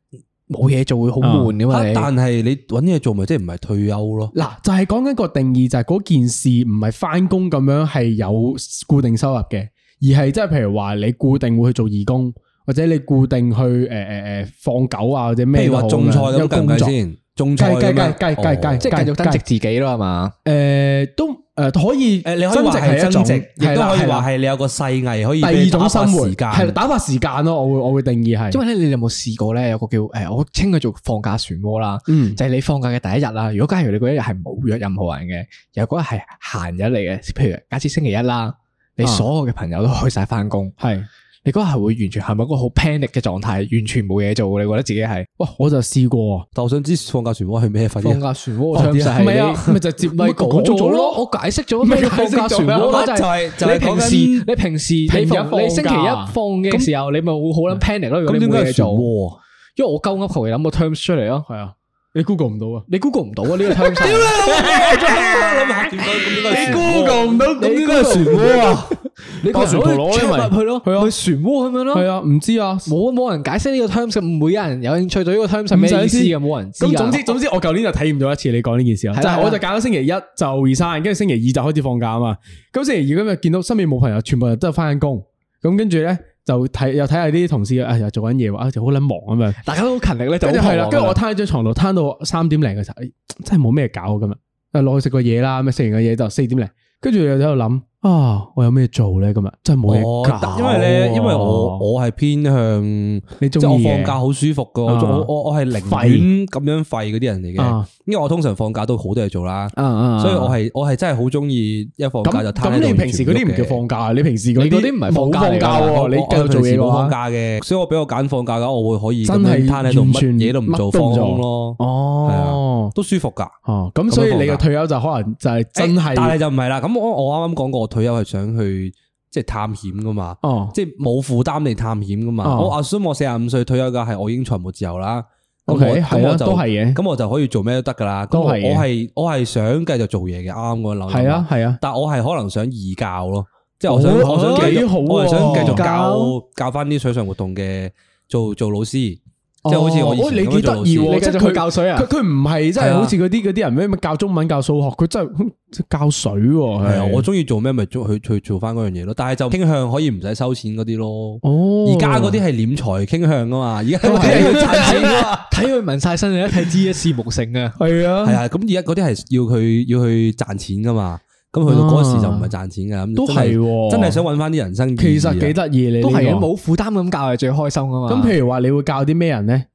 [SPEAKER 4] 冇嘢做，會好悶噶嘛？
[SPEAKER 3] 嚇
[SPEAKER 4] 你
[SPEAKER 3] 但係你揾嘢做咪即係唔係退休咯？
[SPEAKER 1] 嗱，就係講緊個定義，就係嗰件事唔係翻工咁樣係有固定收入嘅，而係即係譬如話你固定會去做義工，或者你固定去誒誒誒放狗啊或者
[SPEAKER 3] 譬
[SPEAKER 1] 咩都
[SPEAKER 3] 如
[SPEAKER 1] 好
[SPEAKER 3] 話種
[SPEAKER 1] 啦，
[SPEAKER 3] 菜咁計唔
[SPEAKER 1] 有工
[SPEAKER 3] 計
[SPEAKER 1] 作
[SPEAKER 3] 先？種菜
[SPEAKER 1] 計計
[SPEAKER 3] 咁樣
[SPEAKER 1] 計計計
[SPEAKER 3] 哦
[SPEAKER 4] 即係繼續增值自己咯，係嘛？
[SPEAKER 1] 诶、都诶、可以，
[SPEAKER 3] 诶，你可以話係增值，亦
[SPEAKER 1] 係
[SPEAKER 3] 都
[SPEAKER 1] 啦
[SPEAKER 3] 可以
[SPEAKER 1] 係啦
[SPEAKER 3] 話係你有個世藝可以
[SPEAKER 1] 第
[SPEAKER 3] 俾
[SPEAKER 1] 二
[SPEAKER 3] 你打
[SPEAKER 1] 種
[SPEAKER 3] 發
[SPEAKER 1] 生活，
[SPEAKER 3] 時間
[SPEAKER 1] 係啦打發時間咯。我會我會定義係，
[SPEAKER 4] 因為咧，你有冇試過咧？有個叫诶，我稱佢做放假漩渦啦，
[SPEAKER 1] 嗯
[SPEAKER 4] 就係你放假嘅第一日啦。如果假如你嗰一日係冇約任何人嘅，又嗰日係閒日嚟嘅，譬如假設星期一啦，你
[SPEAKER 1] 啊
[SPEAKER 4] 所有嘅朋友都去晒翻工，
[SPEAKER 1] 係
[SPEAKER 4] 你嗰日係會完全陷入一個好 panic 嘅狀態，完全冇嘢做，你覺得自己係
[SPEAKER 1] 哇！我就試過，
[SPEAKER 3] 但我想知放假漩渦係咩份嘅？
[SPEAKER 4] 假漩渦
[SPEAKER 1] 唔
[SPEAKER 4] 唔
[SPEAKER 1] 係啊，咪就接咪講咗咯。
[SPEAKER 4] 我解釋咗咩叫放假漩渦咯，
[SPEAKER 3] 咪解釋咗
[SPEAKER 4] 就係就係
[SPEAKER 3] 就係
[SPEAKER 4] 平時
[SPEAKER 3] 講緊
[SPEAKER 4] 你平時
[SPEAKER 1] 平日
[SPEAKER 4] 你
[SPEAKER 1] 放假
[SPEAKER 4] 放你星期一放嘅時候，你咪會好撚 panic 咯。如果
[SPEAKER 3] 咁
[SPEAKER 4] 你
[SPEAKER 3] 點
[SPEAKER 4] 冇
[SPEAKER 3] 解
[SPEAKER 4] 嘢
[SPEAKER 3] 係漩
[SPEAKER 4] 做，
[SPEAKER 3] 渦啊？
[SPEAKER 4] 因為我鳩噏求其諗個 terms 出嚟咯。
[SPEAKER 1] 係啊，你 Google 唔到啊，
[SPEAKER 4] 你 Google 唔到啊 呢個 terms。
[SPEAKER 3] 諗下點解咁應該係漩渦
[SPEAKER 1] 唔到，
[SPEAKER 4] 你應該係漩渦啊！ 你個人
[SPEAKER 1] 當船陀螺
[SPEAKER 4] 可以
[SPEAKER 1] 因為
[SPEAKER 4] check 入去咯，咪漩渦
[SPEAKER 1] 係啊
[SPEAKER 4] 咁樣
[SPEAKER 1] 係
[SPEAKER 4] 咯。
[SPEAKER 1] 啊，唔知啊。
[SPEAKER 4] 冇冇人解釋呢個 terms，唔會有人有興趣對呢個 terms 係咩意思嘅，冇人知啊㗎。
[SPEAKER 1] 咁總之總之，我舊年就體驗咗一次你講呢件事啦，
[SPEAKER 4] 係啦
[SPEAKER 1] 啊就係我
[SPEAKER 4] 係
[SPEAKER 1] 就
[SPEAKER 4] 啦
[SPEAKER 1] 揀咗星期一就 resign，跟住星期二就開始放假啊嘛。咁星期二咁就見到身邊冇朋友，全部人都係翻緊工。咁跟住咧就睇又睇下啲同事，哎呀做緊嘢喎，啊就好撚忙咁樣。
[SPEAKER 4] 大家都好勤力
[SPEAKER 3] 啊
[SPEAKER 4] 咧，就
[SPEAKER 1] 跟住
[SPEAKER 4] 好
[SPEAKER 1] 係啦，
[SPEAKER 4] 忙㗎啊
[SPEAKER 1] 跟住我攤喺張床度，攤到三點零嘅時候，哎真係冇咩搞啊今日，誒落去食個嘢啦，咁啊食完個嘢就四點零，跟住又喺度諗啊，我有咩做咧今日，真係冇嘢
[SPEAKER 3] 哦
[SPEAKER 1] 搞。
[SPEAKER 3] 因為咧，因為我我係偏向
[SPEAKER 1] 你
[SPEAKER 3] 即係
[SPEAKER 1] 中
[SPEAKER 3] 我
[SPEAKER 1] 意
[SPEAKER 3] 放假好舒服噶，
[SPEAKER 1] 啊
[SPEAKER 3] 我我我係寧願咁樣廢嗰啲人嚟嘅
[SPEAKER 1] 啊，
[SPEAKER 3] 因為我通常放假都好多嘢做啦，
[SPEAKER 4] 啊啊
[SPEAKER 3] 所以我係我係真係好中意一放假就
[SPEAKER 1] 咁
[SPEAKER 3] 攤喺
[SPEAKER 1] 咁，
[SPEAKER 3] 度
[SPEAKER 1] 你平時嗰啲
[SPEAKER 3] 完全
[SPEAKER 1] 唔
[SPEAKER 3] 喐嘅
[SPEAKER 1] 叫放假，你平時嗰
[SPEAKER 4] 你嗰啲唔係
[SPEAKER 1] 冇
[SPEAKER 4] 放假嚟㗎
[SPEAKER 1] 放假
[SPEAKER 3] 我
[SPEAKER 1] 喎，你
[SPEAKER 3] 我
[SPEAKER 1] 繼續
[SPEAKER 3] 平
[SPEAKER 1] 做嘢
[SPEAKER 3] 時
[SPEAKER 1] 嘅
[SPEAKER 3] 冇放
[SPEAKER 1] 話，
[SPEAKER 3] 假嘅，所以我俾我揀放假嘅話，我會可以
[SPEAKER 1] 真
[SPEAKER 3] 咁
[SPEAKER 1] 係
[SPEAKER 3] 樣攤喺度，
[SPEAKER 1] 完
[SPEAKER 3] 乜
[SPEAKER 1] 全
[SPEAKER 3] 嘢都唔做，
[SPEAKER 1] 乜都唔
[SPEAKER 3] 放
[SPEAKER 1] 做
[SPEAKER 3] 空咯，
[SPEAKER 1] 哦，
[SPEAKER 3] 都舒服㗎。
[SPEAKER 1] 哦，咁所以
[SPEAKER 3] 啊
[SPEAKER 1] 你
[SPEAKER 3] 咁樣
[SPEAKER 1] 嘅
[SPEAKER 3] 放假
[SPEAKER 1] 退休就可能就係真
[SPEAKER 3] 欸但係
[SPEAKER 1] 係
[SPEAKER 3] 就唔係啦。咁我我啱啱講過，我退休係想去即係探險噶嘛，
[SPEAKER 1] 哦，
[SPEAKER 3] 即係冇負擔嚟探險噶嘛。
[SPEAKER 1] 哦
[SPEAKER 3] 我 assume 我四十五歲退休嘅係我已經財務自由啦。咁
[SPEAKER 1] OK，
[SPEAKER 3] 我
[SPEAKER 1] 係
[SPEAKER 3] 咁
[SPEAKER 1] 啊
[SPEAKER 3] 我就
[SPEAKER 1] 都係嘅
[SPEAKER 3] 咁我就可以做咩都得噶啦。咁
[SPEAKER 1] 都
[SPEAKER 3] 我我
[SPEAKER 1] 係嘅
[SPEAKER 3] 係我係想繼續做嘢嘅，啱我諗。
[SPEAKER 1] 係啊，係啊，
[SPEAKER 3] 但我係可能想義教咯，即係我想
[SPEAKER 1] 哦
[SPEAKER 3] 我想繼
[SPEAKER 1] 幾好
[SPEAKER 3] 續
[SPEAKER 1] 喎
[SPEAKER 3] 我係想繼續教
[SPEAKER 1] 教
[SPEAKER 3] 教翻啲水上活動嘅做做老師，即係好似我以
[SPEAKER 1] 哦
[SPEAKER 3] 前
[SPEAKER 1] 你
[SPEAKER 3] 咁樣做
[SPEAKER 1] 幾得
[SPEAKER 3] 老
[SPEAKER 1] 意
[SPEAKER 3] 師。
[SPEAKER 1] 喎，
[SPEAKER 4] 你繼續
[SPEAKER 1] 即係佢
[SPEAKER 4] 去教水啊
[SPEAKER 1] 佢佢唔係真係
[SPEAKER 3] 係啊
[SPEAKER 1] 好似嗰啲嗰啲人咩咩教中文教數學，佢真係教水喎。
[SPEAKER 3] 係啊，
[SPEAKER 1] 係
[SPEAKER 3] 我中意做咩咪做去去做翻嗰樣嘢咯，但係就傾向可以唔使收錢嗰啲咯。
[SPEAKER 1] 哦
[SPEAKER 3] 而家嗰啲係斂財傾向啊噶嘛，而 家嗰
[SPEAKER 4] 睇佢
[SPEAKER 3] 啲係
[SPEAKER 1] 啊
[SPEAKER 3] 要賺錢㗎嘛。
[SPEAKER 4] 睇佢紋晒身，你一睇知一事無成啊！
[SPEAKER 1] 係啊，
[SPEAKER 3] 係啊，咁而家嗰啲係要佢要去賺錢噶嘛，咁去到嗰時就唔係賺錢噶，咁
[SPEAKER 1] 哦都
[SPEAKER 3] 真係
[SPEAKER 1] 係喎
[SPEAKER 3] 真係想揾翻啲人生意義啊。
[SPEAKER 1] 其實幾得意你
[SPEAKER 4] 都係
[SPEAKER 1] 嘅
[SPEAKER 4] 嘅，冇負擔咁教係最開心噶嘛。
[SPEAKER 1] 咁譬如話你會教啲咩人咧？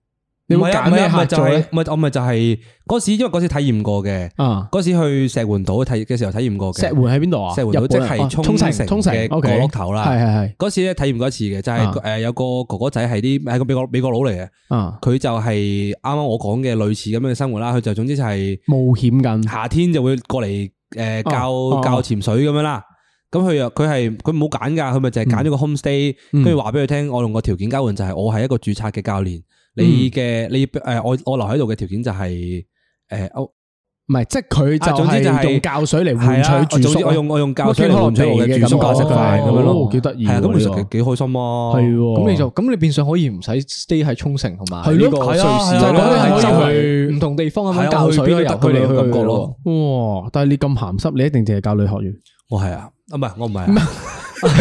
[SPEAKER 1] 你
[SPEAKER 3] 唔
[SPEAKER 1] 會
[SPEAKER 3] 係啊，唔
[SPEAKER 1] 揀
[SPEAKER 3] 係
[SPEAKER 1] 咩
[SPEAKER 3] 啊，咪
[SPEAKER 1] 客
[SPEAKER 3] 就
[SPEAKER 1] 做
[SPEAKER 3] 係
[SPEAKER 1] 咧？
[SPEAKER 3] 咪我咪就係嗰時，因為嗰時體驗過嘅，
[SPEAKER 1] 啊，
[SPEAKER 3] 嗰時去石門島體嘅時候體驗過嘅。
[SPEAKER 1] 石門喺邊度啊？
[SPEAKER 3] 石門島
[SPEAKER 1] 日本啊
[SPEAKER 3] 即係
[SPEAKER 1] 哦
[SPEAKER 3] 沖
[SPEAKER 1] 繩
[SPEAKER 3] 繩
[SPEAKER 1] 沖繩
[SPEAKER 3] 嘅角落頭啦
[SPEAKER 1] 係係
[SPEAKER 3] 嗰次咧體驗過一次嘅，就
[SPEAKER 1] 啊
[SPEAKER 3] 係誒有個哥哥仔係啲係個美國美國佬嚟嘅，
[SPEAKER 1] 係啊，
[SPEAKER 3] 佢就係啱啱我講嘅類似咁樣嘅生活啦。佢就總之就係
[SPEAKER 1] 冒險緊
[SPEAKER 3] 夏天就會過嚟誒
[SPEAKER 1] 哦
[SPEAKER 3] 教
[SPEAKER 1] 哦
[SPEAKER 3] 教潛水咁樣啦。咁佢又佢係佢冇揀㗎，佢咪就係揀咗個 home stay，
[SPEAKER 1] 嗯嗯
[SPEAKER 3] 跟住話俾佢聽，我用個條件交換就係我係一個註冊嘅教練，你嘅你誒我我留喺度嘅條件就係誒我哦
[SPEAKER 1] 唔係，即係佢
[SPEAKER 3] 啊
[SPEAKER 1] 就
[SPEAKER 3] 總之就
[SPEAKER 1] 係
[SPEAKER 3] 係
[SPEAKER 1] 用教水嚟
[SPEAKER 3] 係啊
[SPEAKER 1] 換取住
[SPEAKER 3] 總
[SPEAKER 1] 宿
[SPEAKER 3] 之
[SPEAKER 1] 啊，
[SPEAKER 3] 我用我用教
[SPEAKER 1] 乜
[SPEAKER 3] 水嚟換取我嘅住宿價
[SPEAKER 1] 茄
[SPEAKER 3] 食
[SPEAKER 1] 汁
[SPEAKER 3] 飯咁樣
[SPEAKER 1] 哦
[SPEAKER 3] 咯，
[SPEAKER 1] 幾得意
[SPEAKER 3] 係啊，
[SPEAKER 1] 喎
[SPEAKER 3] 咁其
[SPEAKER 1] 呢
[SPEAKER 3] 實
[SPEAKER 1] 個
[SPEAKER 3] 幾幾開心啊，
[SPEAKER 1] 係喎
[SPEAKER 4] 咁你就咁你變相可以唔使 stay 喺沖繩同埋
[SPEAKER 1] 哦係
[SPEAKER 4] 呢
[SPEAKER 1] 咯
[SPEAKER 4] 個瑞
[SPEAKER 1] 係
[SPEAKER 4] 士
[SPEAKER 1] 啊係啊
[SPEAKER 4] 啦
[SPEAKER 3] 係啊
[SPEAKER 4] 係周
[SPEAKER 3] 係啊
[SPEAKER 4] 圍唔同地方咁
[SPEAKER 3] 係
[SPEAKER 4] 樣
[SPEAKER 3] 啊
[SPEAKER 4] 教水
[SPEAKER 3] 去邊
[SPEAKER 4] 咯，
[SPEAKER 3] 都
[SPEAKER 4] 由
[SPEAKER 3] 得
[SPEAKER 4] 佢
[SPEAKER 3] 㗎
[SPEAKER 4] 嚟去
[SPEAKER 3] 啦感
[SPEAKER 4] 去
[SPEAKER 3] 覺
[SPEAKER 4] 咯
[SPEAKER 3] 咯。
[SPEAKER 1] 哇！但係你咁鹹濕，你一定淨係教女學院。
[SPEAKER 3] 我係啊，啊唔係我唔係啊，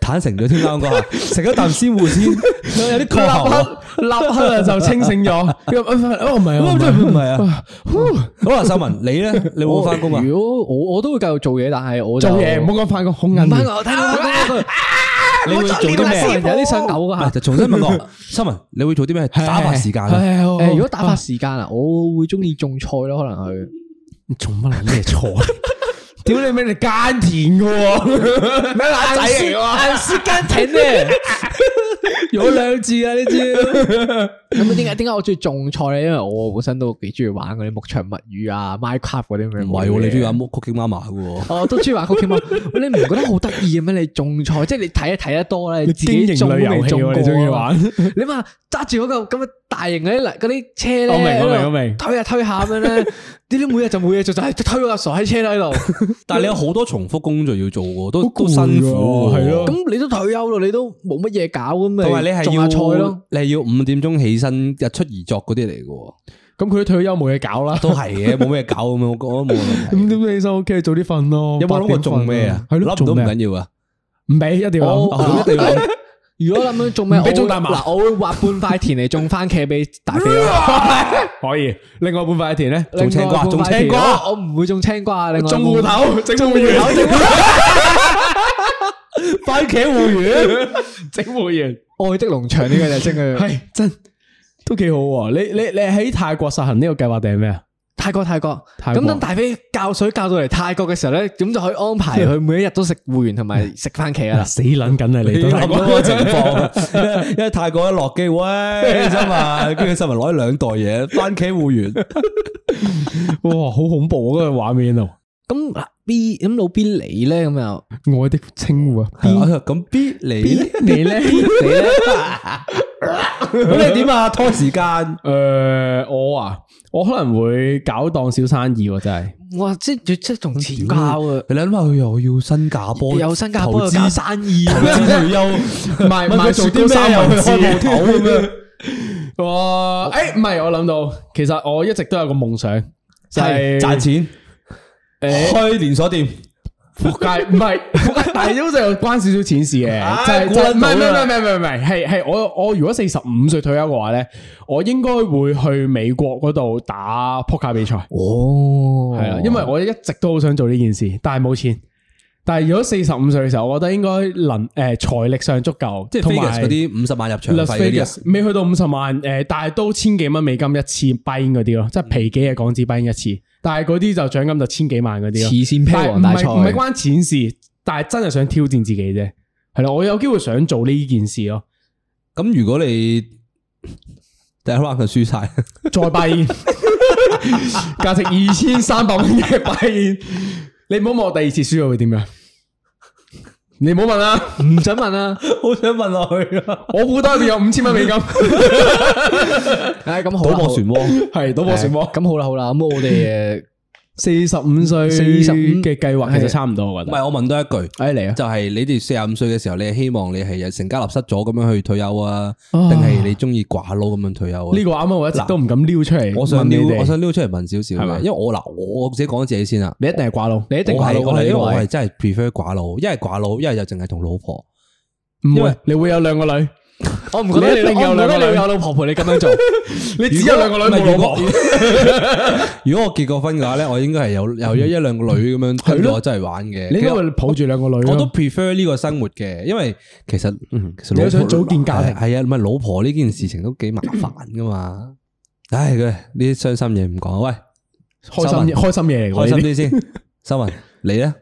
[SPEAKER 3] 坦誠咗添啱嗰下，啊食咗啖鮮芋 先，有啲
[SPEAKER 1] 立
[SPEAKER 3] 確喉啊。
[SPEAKER 1] 刻立刻就清醒咗。哦，唔係啊，
[SPEAKER 3] 唔係啊，好啦，秀文，你咧，你冇翻工啊？
[SPEAKER 4] 如果我我都會繼續做嘢，但係我
[SPEAKER 1] 做
[SPEAKER 4] 就
[SPEAKER 1] 嘢唔好講翻個好銀
[SPEAKER 4] 唔翻我聽到聽到你會做啲咩？有啲想嘔
[SPEAKER 3] 唔係
[SPEAKER 4] 啊！
[SPEAKER 3] 就重新問 我，秀文，你會做啲咩打發時間啊？
[SPEAKER 4] 誒，
[SPEAKER 1] 誒
[SPEAKER 4] 如果打發時間啊，我會中意種菜咯，可能去
[SPEAKER 1] 做乜撚咩錯？屌你咩？你耕田噶喎，咩乸仔嚟噶？
[SPEAKER 4] 硬是間艇咧。
[SPEAKER 1] 有兩字啊呢招。
[SPEAKER 4] 咁啊點解點解我中意種菜咧？因為我本身都幾中意玩嗰啲牧場物語啊、Minecraft 嗰啲咁樣嘅嘢。
[SPEAKER 3] 唔係喎，你中意玩 Cooking Mama 嘅喎。
[SPEAKER 4] 我都中意玩 Pokemon。喂，你唔覺得好得意嘅咩？你種菜，即係你睇一睇得多啦，你自己
[SPEAKER 1] 經
[SPEAKER 4] 種
[SPEAKER 1] 營
[SPEAKER 4] 都
[SPEAKER 1] 類遊
[SPEAKER 4] 未
[SPEAKER 1] 戲
[SPEAKER 4] 種過
[SPEAKER 1] 喎，
[SPEAKER 4] 啊
[SPEAKER 1] 你中意玩？
[SPEAKER 4] 你諗下揸住嗰嚿咁嘅大型嗰啲嗰啲車咧，
[SPEAKER 1] 我明我明
[SPEAKER 4] 喺度
[SPEAKER 1] 我明
[SPEAKER 4] 推下推下咁樣咧，啲啲每日就冇嘢做，就係推嗰架傻閪車喺度。
[SPEAKER 3] 但係你有好多重複工序要做喎，
[SPEAKER 1] 好
[SPEAKER 3] 都都
[SPEAKER 1] 攰喎
[SPEAKER 3] 辛苦喎
[SPEAKER 1] 係咯
[SPEAKER 4] 咁你都退休咯，你都冇乜嘢搞咁咪
[SPEAKER 3] 同埋你係
[SPEAKER 4] 種
[SPEAKER 3] 要
[SPEAKER 4] 下菜咯。，
[SPEAKER 3] 你係要五點鐘起身日出而作嗰啲嚟嘅喎，
[SPEAKER 1] 咁佢都退休冇嘢搞啦。
[SPEAKER 3] 都係嘅，冇咩搞咁樣，我覺得冇問題。
[SPEAKER 1] 咁點起身 OK，早啲瞓咯。
[SPEAKER 3] 有冇諗過做咩啊？
[SPEAKER 1] 係
[SPEAKER 3] 諗
[SPEAKER 1] 咯，
[SPEAKER 3] 唔到
[SPEAKER 1] 做
[SPEAKER 3] 唔
[SPEAKER 1] 咩啊？哦
[SPEAKER 3] 緊要啊，哦
[SPEAKER 1] 唔俾一定要
[SPEAKER 4] 我
[SPEAKER 1] 諗。
[SPEAKER 3] 一定要諗
[SPEAKER 4] 如果諗緊種咩，
[SPEAKER 1] 唔俾種
[SPEAKER 4] 我會
[SPEAKER 1] 大麻
[SPEAKER 4] 嗱，我會挖半塊田嚟種番茄俾大肥咯。
[SPEAKER 1] 可以。另外半塊田咧，
[SPEAKER 3] 種青瓜
[SPEAKER 4] 另外半塊田
[SPEAKER 3] 種青瓜
[SPEAKER 4] 我我唔會種青瓜。另外
[SPEAKER 1] 種芋
[SPEAKER 4] 半
[SPEAKER 1] 頭， 整芋頭， 番茄 芋圓，整芋圓。
[SPEAKER 4] 愛的農場呢個就真嘅。
[SPEAKER 1] 系真都几好喎！你你你喺泰國實行呢個計劃定係咩啊？
[SPEAKER 4] 泰國泰國，
[SPEAKER 1] 泰國
[SPEAKER 4] 咁等大飛教水教到嚟泰國嘅時候咧，咁就可以安排佢每一日都食芋圓 同埋食番茄啦。
[SPEAKER 1] 死撚緊啊！你都
[SPEAKER 3] 諗嗰個情 況，啊因為泰國一落機，喂，真嘛，跟住新聞攞咗兩袋嘢，番茄 芋圓，
[SPEAKER 1] 哇，好恐怖啊！嗰個畫面啊！
[SPEAKER 4] 咁嗱 B 咁老 B 你咧咁又
[SPEAKER 1] 我的稱呼啊，
[SPEAKER 3] 咁 B 你呢
[SPEAKER 1] 你咧？
[SPEAKER 4] 你咧
[SPEAKER 3] 咁你點啊？拖時間，
[SPEAKER 1] 诶，我啊，我可能會搞檔小生意喎，真係。
[SPEAKER 4] 哇！即係即係同錢交啊，
[SPEAKER 3] 你諗下佢又要新加坡，
[SPEAKER 4] 有新加
[SPEAKER 3] 投
[SPEAKER 4] 坡又
[SPEAKER 3] 資
[SPEAKER 4] 搞生意
[SPEAKER 3] 投資退 休，
[SPEAKER 1] 賣
[SPEAKER 3] 問佢做啲咩啊又去開鋪 頭咁樣。
[SPEAKER 1] 哇！诶，唔係，我諗到，其實我一直都有個夢想，就係
[SPEAKER 3] 係賺錢，開連鎖店，
[SPEAKER 1] 仆街，唔係，但係都就關少少錢事 嘅，
[SPEAKER 3] 唉
[SPEAKER 1] 就係
[SPEAKER 3] 啊估
[SPEAKER 1] 就係唔
[SPEAKER 3] 撚到
[SPEAKER 1] 係唔係
[SPEAKER 3] 啦
[SPEAKER 1] 唔係唔係唔係，係係我我如果四十五歲退休嘅話咧，我應該會去美國嗰度打撲克比賽，
[SPEAKER 4] 哦
[SPEAKER 1] 係啦，啊因為我一直都好想做呢件事，但係冇錢。但係如果四十五歲嘅時候，我覺得應該能誒財力上足夠，
[SPEAKER 3] 即係
[SPEAKER 1] 同
[SPEAKER 3] Vegas
[SPEAKER 1] 埋
[SPEAKER 3] 嗰啲五十萬入場
[SPEAKER 1] Las
[SPEAKER 3] 費嗰啲啊
[SPEAKER 1] Vegas 未去到五十萬誒、但係都千幾蚊美金一次 b 嗰啲咯，即係
[SPEAKER 3] 嗯
[SPEAKER 1] 皮幾嘅港紙 b 一次，但係嗰啲就獎金就千幾萬嗰啲咯。
[SPEAKER 4] 慈善
[SPEAKER 1] 但
[SPEAKER 4] 啤
[SPEAKER 1] 係
[SPEAKER 4] 王大賽
[SPEAKER 1] 唔係唔係關錢事，但係真係想挑戰自己啫。係啦，我有機會想做呢件事咯，
[SPEAKER 3] 咁如果你第一 round 佢輸 晒，
[SPEAKER 1] 再 幣價值二千三百蚊嘅幣，你唔好問我第二次輸咗會點樣，你唔好問啦，
[SPEAKER 4] 唔准問啦。
[SPEAKER 3] 好想問落去啊！
[SPEAKER 1] 我估得一定有五千蚊美金，
[SPEAKER 4] 唉，咁好
[SPEAKER 3] 賭
[SPEAKER 4] 啦，
[SPEAKER 3] 博漩渦，
[SPEAKER 1] 係賭博漩渦。
[SPEAKER 4] 咁好啦好啦，咁我哋誒
[SPEAKER 1] 四十五歲
[SPEAKER 4] 45
[SPEAKER 1] 嘅計劃其實差唔多，我
[SPEAKER 3] 唔
[SPEAKER 1] 覺得。
[SPEAKER 3] 係我問多一句。
[SPEAKER 1] 哎嚟啊！
[SPEAKER 3] 就係你哋四十五歲嘅時候，你係希望你係有成家立室咗咁樣去退休啊，定係你中意寡佬咁樣退休啊？
[SPEAKER 1] 呢個啱啱我一直都唔敢撩出嗯嚟問你哋。
[SPEAKER 3] 我想撩，我想撩出嚟問少少
[SPEAKER 1] 係嘛
[SPEAKER 3] 嘅，因為我嗱，我自己講自己先啊。
[SPEAKER 1] 你一定係寡佬，你
[SPEAKER 4] 一定
[SPEAKER 3] 我
[SPEAKER 4] 寡
[SPEAKER 3] 係
[SPEAKER 4] 佬
[SPEAKER 3] 我
[SPEAKER 4] 啊
[SPEAKER 3] 係
[SPEAKER 4] 呢
[SPEAKER 3] 因為
[SPEAKER 4] 個
[SPEAKER 3] 我
[SPEAKER 4] 位
[SPEAKER 3] 係真係 prefer 寡佬，一係寡佬，一係就淨係同老婆。
[SPEAKER 1] 唔
[SPEAKER 3] 因
[SPEAKER 1] 會
[SPEAKER 3] 為，
[SPEAKER 1] 你會有兩個女，
[SPEAKER 4] 我唔覺得
[SPEAKER 1] 你一定有
[SPEAKER 4] 我唔覺得
[SPEAKER 1] 兩個女
[SPEAKER 4] 你有老婆陪你咁樣做。
[SPEAKER 1] 你只有兩個女冇老婆
[SPEAKER 3] 唔。 如果我結過婚嘅話咧，我應該係 有有一一兩個女咁樣跟住我真係玩嘅。
[SPEAKER 1] 你應
[SPEAKER 3] 其
[SPEAKER 1] 該
[SPEAKER 3] 實
[SPEAKER 1] 會抱住兩個女咯。
[SPEAKER 3] 我都 prefer 呢個生活嘅，因為其實其實
[SPEAKER 1] 嗯你
[SPEAKER 3] 老
[SPEAKER 1] 都
[SPEAKER 3] 婆
[SPEAKER 1] 想組建家庭
[SPEAKER 3] 係啊，唔係老婆呢件事情都幾麻煩噶嘛。唉，佢呢啲傷心嘢唔講，喂。
[SPEAKER 1] 開心開心嘢嚟
[SPEAKER 3] 开
[SPEAKER 1] 嘅。
[SPEAKER 3] 心
[SPEAKER 1] 呢啲
[SPEAKER 3] 啲先。收文，你咧？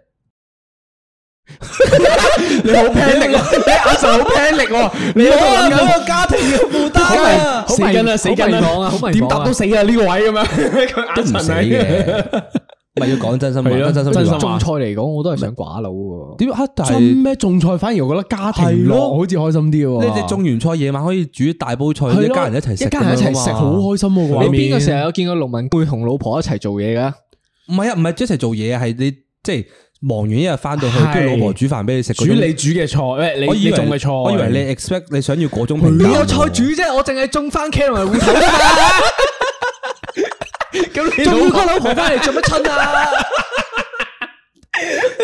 [SPEAKER 1] 你好 panic 啊！你眼神好 panic 喎！你喺度諗緊
[SPEAKER 3] 个家庭嘅负担
[SPEAKER 1] 好
[SPEAKER 4] 啊
[SPEAKER 1] 迷死緊啦，
[SPEAKER 4] 好
[SPEAKER 1] 死
[SPEAKER 4] 迷
[SPEAKER 1] 緊
[SPEAKER 4] 茫啊好迷茫
[SPEAKER 1] 啦，
[SPEAKER 4] 啊
[SPEAKER 1] 點答都死啊呢個位咁樣，佢
[SPEAKER 3] 都 唔
[SPEAKER 1] 眼
[SPEAKER 3] 死
[SPEAKER 1] 神係
[SPEAKER 3] 嘅。 唔系要講真心話，
[SPEAKER 1] 係咯
[SPEAKER 3] 啊講真心
[SPEAKER 1] 真心
[SPEAKER 3] 話
[SPEAKER 4] 種
[SPEAKER 1] 話
[SPEAKER 4] 菜嚟講，我都係想寡佬喎。
[SPEAKER 3] 點啊？但
[SPEAKER 1] 真
[SPEAKER 3] 係
[SPEAKER 1] 咩種菜反而我覺得家庭
[SPEAKER 3] 係咯
[SPEAKER 1] 樂好似開心啲喎。
[SPEAKER 3] 你哋種完菜夜晚可以煮一大煲菜，
[SPEAKER 1] 係咯
[SPEAKER 3] 一家人一齊食，啊
[SPEAKER 1] 一家人一齊食好開心喎。個畫
[SPEAKER 4] 你邊
[SPEAKER 1] 面
[SPEAKER 4] 個成日有見過農民會同老婆一齊做嘢噶？
[SPEAKER 3] 唔係啊，唔係一齊做嘢啊，係你即係忙完一日翻到去，
[SPEAKER 1] 係
[SPEAKER 3] 跟住老婆煮飯俾你食嗰
[SPEAKER 1] 煮
[SPEAKER 3] 種。
[SPEAKER 1] 你煮嘅菜，喂
[SPEAKER 3] 我
[SPEAKER 1] 你
[SPEAKER 3] 以
[SPEAKER 1] 你
[SPEAKER 3] 為
[SPEAKER 1] 種嘅菜，
[SPEAKER 3] 我以為你 expect 你想要嗰種評價。
[SPEAKER 4] 你有菜煮啫，我淨係種番茄同埋芋頭啊嘛。咁你種個老婆翻嚟做乜春啊？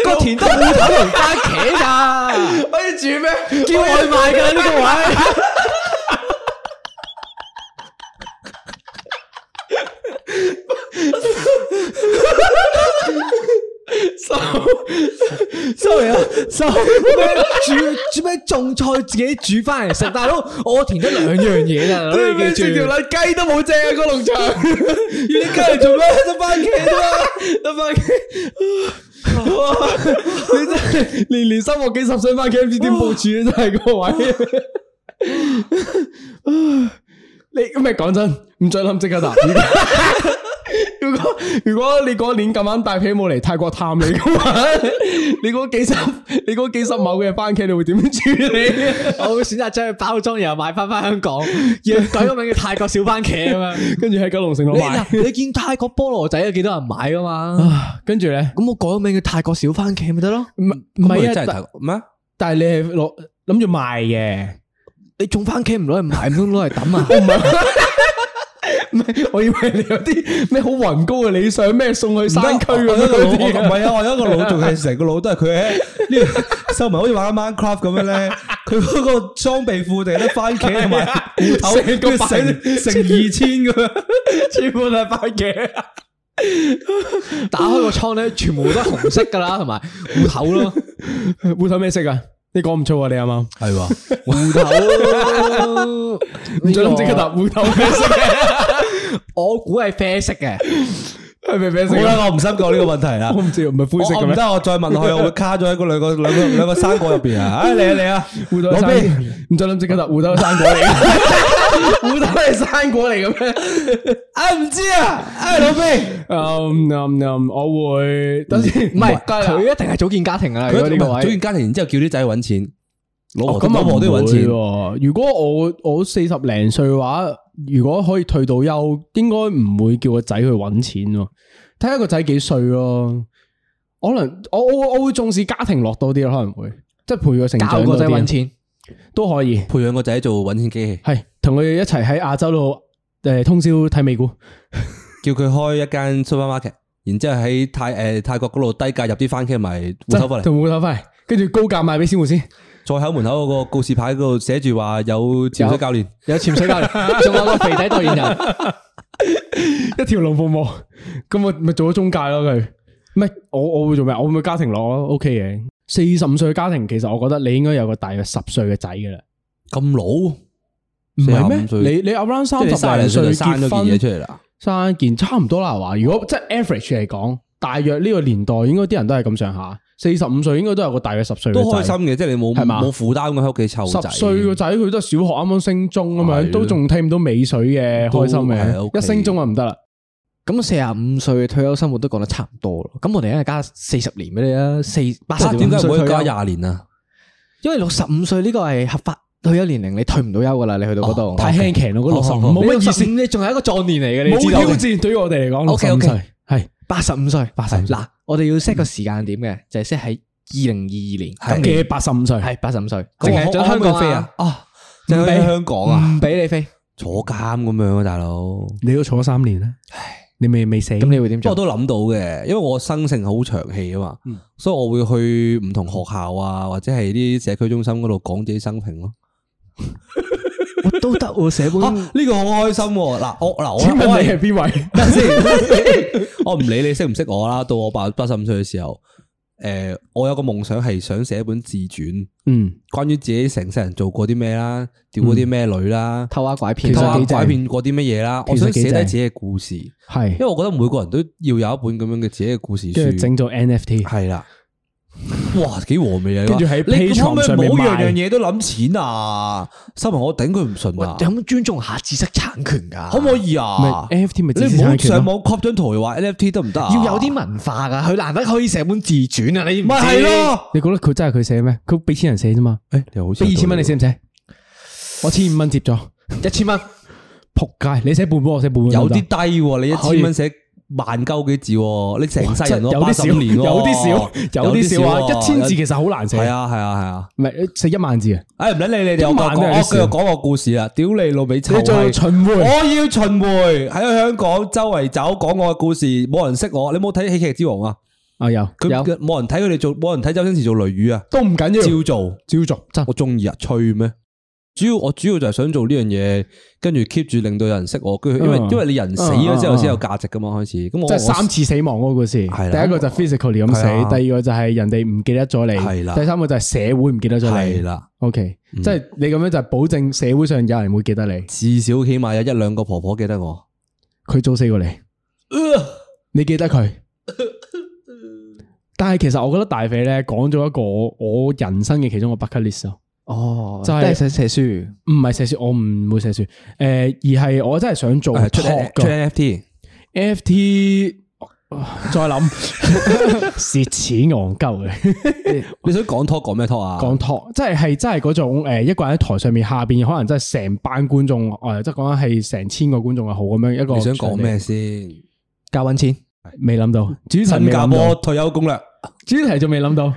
[SPEAKER 4] 個田得芋頭同番茄咋？可以煮咩？叫外賣㗎呢個位。sorry 啊，就咩煮煮咩種菜自己煮翻嚟食，大佬我填得兩樣 嘢咋，你記住。條撚雞都冇正啊個 農場，要啲雞嚟做咩？得番茄啫嘛，得番茄。哇你真係年年收穫幾十箱番茄，唔知點部署啊！真係個 位。
[SPEAKER 1] 你唔係講真，唔再諗 即刻答。如果如果你嗰年咁啱帶起冇嚟泰國探你嘅話， 你嗰幾十你嗰幾十畝嘅番茄，你會點處理？
[SPEAKER 4] 我會選擇將佢包裝，然後買翻翻香港，要改個名叫泰國小番茄咁樣。
[SPEAKER 1] 跟住喺九龍城度
[SPEAKER 4] 你
[SPEAKER 1] 賣，
[SPEAKER 4] 嗱，你見泰國菠蘿仔有幾多人買噶嘛？
[SPEAKER 1] 啊跟住咧，
[SPEAKER 4] 咁我改個名叫泰國小番茄咪得咯？
[SPEAKER 1] 唔唔
[SPEAKER 3] 唔係
[SPEAKER 1] 係
[SPEAKER 3] 真係大
[SPEAKER 1] 啊，
[SPEAKER 3] 咩？
[SPEAKER 1] 但但係你係攞諗住賣嘅。
[SPEAKER 4] 你種番茄唔攞嚟賣，唔通攞嚟抌啊？
[SPEAKER 1] 唔係，我以為你有啲咩好雲高嘅理想，咩送去山區
[SPEAKER 3] 唔
[SPEAKER 1] 咁
[SPEAKER 3] 得我
[SPEAKER 1] 樣
[SPEAKER 3] 我我唔係啊！
[SPEAKER 1] 嗰啲啊。
[SPEAKER 3] 我有一個腦仲係成個腦都係佢喺呢個 收埋，好似玩緊 Minecraft 咁樣咧。佢嗰個裝備庫定係得番茄同埋芋頭，
[SPEAKER 1] 成個
[SPEAKER 3] 跟住
[SPEAKER 1] 擺
[SPEAKER 3] 成成二千咁樣，
[SPEAKER 1] 全部都係番茄，
[SPEAKER 4] 打開個倉咧，全部都係紅色噶啦，同 埋芋頭咯，
[SPEAKER 1] 芋頭咩色啊？你講唔出啊！你啱啱
[SPEAKER 3] 係喎。
[SPEAKER 4] 芋頭。
[SPEAKER 1] 唔准諗即刻答芋頭咩色，
[SPEAKER 4] 我估係啡色嘅，
[SPEAKER 1] 係咪咩
[SPEAKER 3] 好
[SPEAKER 1] 色啊？
[SPEAKER 3] 啦，我唔深究呢個問題啦
[SPEAKER 1] 我。唔知，唔係
[SPEAKER 3] 我
[SPEAKER 1] 灰色
[SPEAKER 3] 我
[SPEAKER 1] 嘅
[SPEAKER 3] 唔
[SPEAKER 1] 咩？
[SPEAKER 3] 得，我再問落去，我會卡咗喺嗰兩個兩 個兩個生果入邊啊！唉，嚟啊嚟啊，
[SPEAKER 1] 芋頭係
[SPEAKER 3] 攞
[SPEAKER 1] 生
[SPEAKER 3] 邊？
[SPEAKER 1] 唔准諗即刻答芋頭係生 果嚟，芋頭係 生果嚟嘅咩？
[SPEAKER 3] 啊唔知啊，唉攞邊？
[SPEAKER 1] 嗯嗯嗯，我會等先，
[SPEAKER 4] 唔
[SPEAKER 1] 唔
[SPEAKER 4] 係佢一定係組建家庭噶啦。如果呢個
[SPEAKER 3] 組
[SPEAKER 4] 位
[SPEAKER 3] 完家庭，然之後叫啲仔揾錢，老
[SPEAKER 1] 哦
[SPEAKER 3] 婆
[SPEAKER 1] 咁
[SPEAKER 3] 老
[SPEAKER 1] 啊
[SPEAKER 3] 婆都要揾
[SPEAKER 1] 唔會
[SPEAKER 3] 錢。
[SPEAKER 1] 喎。如果我我四十零歲嘅話，如果可以退到休，應該唔會叫個仔去揾錢喎。睇下個仔幾歲咯。可能我我我會重視家庭落多啲咯，可能會即係陪佢成
[SPEAKER 4] 教
[SPEAKER 1] 長
[SPEAKER 4] 個
[SPEAKER 1] 多
[SPEAKER 4] 仔揾
[SPEAKER 1] 啲
[SPEAKER 4] 錢，
[SPEAKER 1] 都可以。
[SPEAKER 3] 培養個仔做揾錢機器，
[SPEAKER 1] 係同佢一齊喺亞洲度誒通宵睇美股，
[SPEAKER 3] 叫佢開一間 supermarket，然之後喺泰誒泰國嗰度低價入啲番茄同埋芋頭翻嚟，
[SPEAKER 1] 同芋頭翻嚟，跟住高價賣俾鮮活先。
[SPEAKER 3] 再喺門口嗰個告示牌嗰度寫住話有潛水教練，
[SPEAKER 4] 有潛水教 練，仲有個肥仔代言人。
[SPEAKER 1] 一條龍服務，咁我咪做咗中介咯佢。唔係我我會做咩？我會家庭攞咯，OK 嘅。四十五歲嘅家庭，其實我覺得你應該有個大約十歲嘅仔嘅啦，
[SPEAKER 3] 咁老，
[SPEAKER 1] 唔係咩
[SPEAKER 3] 45？歲
[SPEAKER 1] 你你 around
[SPEAKER 3] 即係你
[SPEAKER 1] 三十
[SPEAKER 3] 三零
[SPEAKER 1] 零
[SPEAKER 3] 歲
[SPEAKER 1] 歲
[SPEAKER 3] 就生咗件
[SPEAKER 1] 結
[SPEAKER 3] 嘢
[SPEAKER 1] 婚
[SPEAKER 3] 出，嚟啦。
[SPEAKER 1] 生一件差唔多啦，係嘛？如果即係 average 嚟講，大約呢個年代應該啲人都係咁上下，四十五歲應該都有個大約十歲
[SPEAKER 3] 都
[SPEAKER 1] 嘅
[SPEAKER 3] 開心
[SPEAKER 1] 仔。
[SPEAKER 3] 嘅，即係你冇
[SPEAKER 1] 係嘛
[SPEAKER 3] 冇負擔咁喺屋企湊仔。
[SPEAKER 1] 十歲個仔佢都係小學啱啱升中咁
[SPEAKER 3] 係
[SPEAKER 1] 樣，
[SPEAKER 3] 咯
[SPEAKER 1] 都仲睇唔到尾水嘅，
[SPEAKER 3] 都
[SPEAKER 1] 開心
[SPEAKER 3] 係，OK
[SPEAKER 1] 嘅。一升中就唔得啦。
[SPEAKER 4] 咁四十五歲嘅退休生活都講得差唔多咯。咁我哋一係加四十年俾你啊，四八十
[SPEAKER 3] 啊，
[SPEAKER 4] 點
[SPEAKER 3] 點
[SPEAKER 4] 解
[SPEAKER 3] 解唔可
[SPEAKER 4] 歲
[SPEAKER 3] 以加
[SPEAKER 4] 退休？
[SPEAKER 3] 廿年啊？
[SPEAKER 4] 因為六十五歲呢個係合法退休年齡，你退唔到休噶啦，你去到嗰度
[SPEAKER 1] 太輕騎咯，嗰六十
[SPEAKER 3] 哦
[SPEAKER 1] 五
[SPEAKER 3] 哦
[SPEAKER 1] 冇乜意思
[SPEAKER 4] 思，，你仲係一個壯年嚟嘅，你
[SPEAKER 1] 冇
[SPEAKER 4] 知道
[SPEAKER 1] 挑戰。對於我哋嚟講，六十五
[SPEAKER 4] OK，OK
[SPEAKER 1] 歲係。
[SPEAKER 4] 八十五歲，八
[SPEAKER 1] 85歲
[SPEAKER 4] 嗱，我哋要 set 個時間點嘅，就係 set 喺二零二二年今
[SPEAKER 1] 嘅
[SPEAKER 4] 年，
[SPEAKER 1] 八十五歲，
[SPEAKER 4] 係八十五歲，淨
[SPEAKER 3] 咁我
[SPEAKER 4] 係
[SPEAKER 3] 我
[SPEAKER 4] 准
[SPEAKER 3] 可
[SPEAKER 4] 香
[SPEAKER 3] 唔可以
[SPEAKER 4] 港
[SPEAKER 3] 飛
[SPEAKER 4] 啊
[SPEAKER 3] 啊，啊，淨係喺香港啊，
[SPEAKER 1] 嗯
[SPEAKER 4] 唔俾你飛，
[SPEAKER 3] 坐監咁樣啊，大佬。
[SPEAKER 1] 你都坐咗三年啦，你未未死？
[SPEAKER 4] 咁你會點
[SPEAKER 1] 啊
[SPEAKER 3] 不過
[SPEAKER 4] 做？
[SPEAKER 3] 都諗到嘅，因為我生性好長氣啊嘛，
[SPEAKER 1] 嗯
[SPEAKER 3] 所以我會去唔同學校啊，或者係啲社區中心嗰度講自己生平咯。
[SPEAKER 4] 我都得喎，寫
[SPEAKER 3] 啊，
[SPEAKER 4] 本
[SPEAKER 3] 呢個好開心喎！嗱，我嗱我
[SPEAKER 1] 嗯請
[SPEAKER 3] 我
[SPEAKER 1] 問你
[SPEAKER 3] 係
[SPEAKER 1] 係邊位？
[SPEAKER 3] 等陣先， 我唔理你識唔識我啦。到我八八十五歲嘅時候，誒，我有個夢想係想寫一本自傳，
[SPEAKER 1] 嗯，
[SPEAKER 3] 關於自己成世人做過啲咩啦，屌過啲咩女啦，
[SPEAKER 4] 偷下拐
[SPEAKER 1] 嗯其
[SPEAKER 4] 騙
[SPEAKER 1] 實
[SPEAKER 3] 偷
[SPEAKER 4] 啦，
[SPEAKER 3] 下
[SPEAKER 1] 幾正
[SPEAKER 3] 拐騙過啲乜嘢啦。
[SPEAKER 1] 其
[SPEAKER 3] 我
[SPEAKER 1] 實
[SPEAKER 3] 想
[SPEAKER 1] 幾
[SPEAKER 3] 寫低
[SPEAKER 1] 正
[SPEAKER 3] 自己嘅故事，因
[SPEAKER 1] 係
[SPEAKER 3] 為，我覺得每個人都要有一本咁樣嘅自己嘅故事
[SPEAKER 1] 跟住
[SPEAKER 3] 書，
[SPEAKER 1] 整做 NFT，
[SPEAKER 3] 係啦。哇，幾和味啊！
[SPEAKER 1] 跟住喺
[SPEAKER 3] 你
[SPEAKER 1] Patreon
[SPEAKER 3] 可唔可以
[SPEAKER 1] 上面
[SPEAKER 3] 冇樣
[SPEAKER 1] 賣
[SPEAKER 3] 樣嘢都諗錢啊？新聞我頂佢唔順啊！
[SPEAKER 4] 有冇尊重下知識產權㗎？
[SPEAKER 3] 可唔可以啊
[SPEAKER 1] 咪 NFT 咪知識
[SPEAKER 3] 你唔好
[SPEAKER 1] 產權咯
[SPEAKER 3] 上網 copy 張圖話 NFT 得唔得啊？
[SPEAKER 4] 要有啲文化㗎，佢難得可以寫本自傳啊！你唔
[SPEAKER 3] 咪係
[SPEAKER 4] 係
[SPEAKER 3] 咯？
[SPEAKER 1] 你覺得佢真係佢寫咩？佢俾錢人寫啫嘛，
[SPEAKER 3] 誒，你好似
[SPEAKER 1] 俾二千蚊你寫唔寫？我千五蚊接咗，
[SPEAKER 4] 一千蚊，
[SPEAKER 1] 仆街！你寫半本，我寫半本得
[SPEAKER 3] 有啲
[SPEAKER 1] 唔得，
[SPEAKER 3] 低喎，你一
[SPEAKER 1] 可以
[SPEAKER 3] 千蚊寫萬鳩幾字喎，你成世人
[SPEAKER 1] 真
[SPEAKER 3] 咯，
[SPEAKER 1] 有啲少，
[SPEAKER 3] 80年喎
[SPEAKER 1] 有啲少，有啲少啊！一千字其實好難寫
[SPEAKER 3] 係，啊係啊係啊！
[SPEAKER 1] 唔係寫一萬字啊！
[SPEAKER 3] 誒唔理你你哋有
[SPEAKER 1] 今晚
[SPEAKER 3] 講，
[SPEAKER 1] 都有
[SPEAKER 3] 我
[SPEAKER 1] 啲
[SPEAKER 3] 繼
[SPEAKER 1] 事
[SPEAKER 3] 續講個故事啦。屌你老味臭
[SPEAKER 1] 你做
[SPEAKER 3] 閪！
[SPEAKER 1] 巡迴
[SPEAKER 3] 我要巡迴喺香港周圍走講我嘅故事，冇人識我。你冇睇《喜劇之王》啊？
[SPEAKER 1] 啊有
[SPEAKER 3] 佢
[SPEAKER 1] 有
[SPEAKER 3] 冇人睇佢哋做，冇人睇周星馳做雷雨啊！
[SPEAKER 1] 都唔緊要，
[SPEAKER 3] 照做。
[SPEAKER 1] 照做真
[SPEAKER 3] 我中意啊，吹咩？主要我主要就係想做呢樣嘢，跟住 keep 住令到有人識我，跟住因為、
[SPEAKER 1] 嗯
[SPEAKER 3] 因為你人死咗之後先有價值噶嘛，開哦始咁我
[SPEAKER 1] 即係
[SPEAKER 3] 我
[SPEAKER 1] 三次死亡嗰個故事，
[SPEAKER 3] 係啦
[SPEAKER 1] 第一個就 physically 咁
[SPEAKER 3] 係啊
[SPEAKER 1] 死，第二個就係人哋唔記得咗
[SPEAKER 3] 係
[SPEAKER 1] 你，
[SPEAKER 3] 啦
[SPEAKER 1] 第三個就係社會唔記得咗
[SPEAKER 3] 係
[SPEAKER 1] 你。
[SPEAKER 3] 啦，嗯
[SPEAKER 1] OK，即係你咁樣就係保證社會上有人會記得你，
[SPEAKER 3] 至少起碼有一兩個婆婆記得我。
[SPEAKER 1] 佢早死過你，你記得佢。但係其實我覺得大肥咧講咗一個我我人生嘅其中一個 bucket list 咯，
[SPEAKER 4] 哦，
[SPEAKER 1] 就係
[SPEAKER 4] 都寫寫書，
[SPEAKER 1] 唔係寫書，我唔會寫書，诶、而係我真係想做
[SPEAKER 3] 誒出
[SPEAKER 1] 學
[SPEAKER 3] N- 出
[SPEAKER 1] 噶
[SPEAKER 3] NFT，
[SPEAKER 1] FT，再 哦諗蝕錢戇鳩嘅。
[SPEAKER 3] 你想講拖講咩拖啊？
[SPEAKER 1] 講托，即係係真係嗰種誒一個人喺台上面，下邊可能真係成班觀眾，誒即係講緊係成千個觀眾又好咁樣一個。
[SPEAKER 3] 你想講咩？先？
[SPEAKER 4] 教揾錢，
[SPEAKER 1] 未諗到，主題
[SPEAKER 3] 新
[SPEAKER 1] 未
[SPEAKER 3] 加
[SPEAKER 1] 諗
[SPEAKER 3] 坡
[SPEAKER 1] 到，
[SPEAKER 3] 退休攻略，
[SPEAKER 1] 主題仲未 諗到。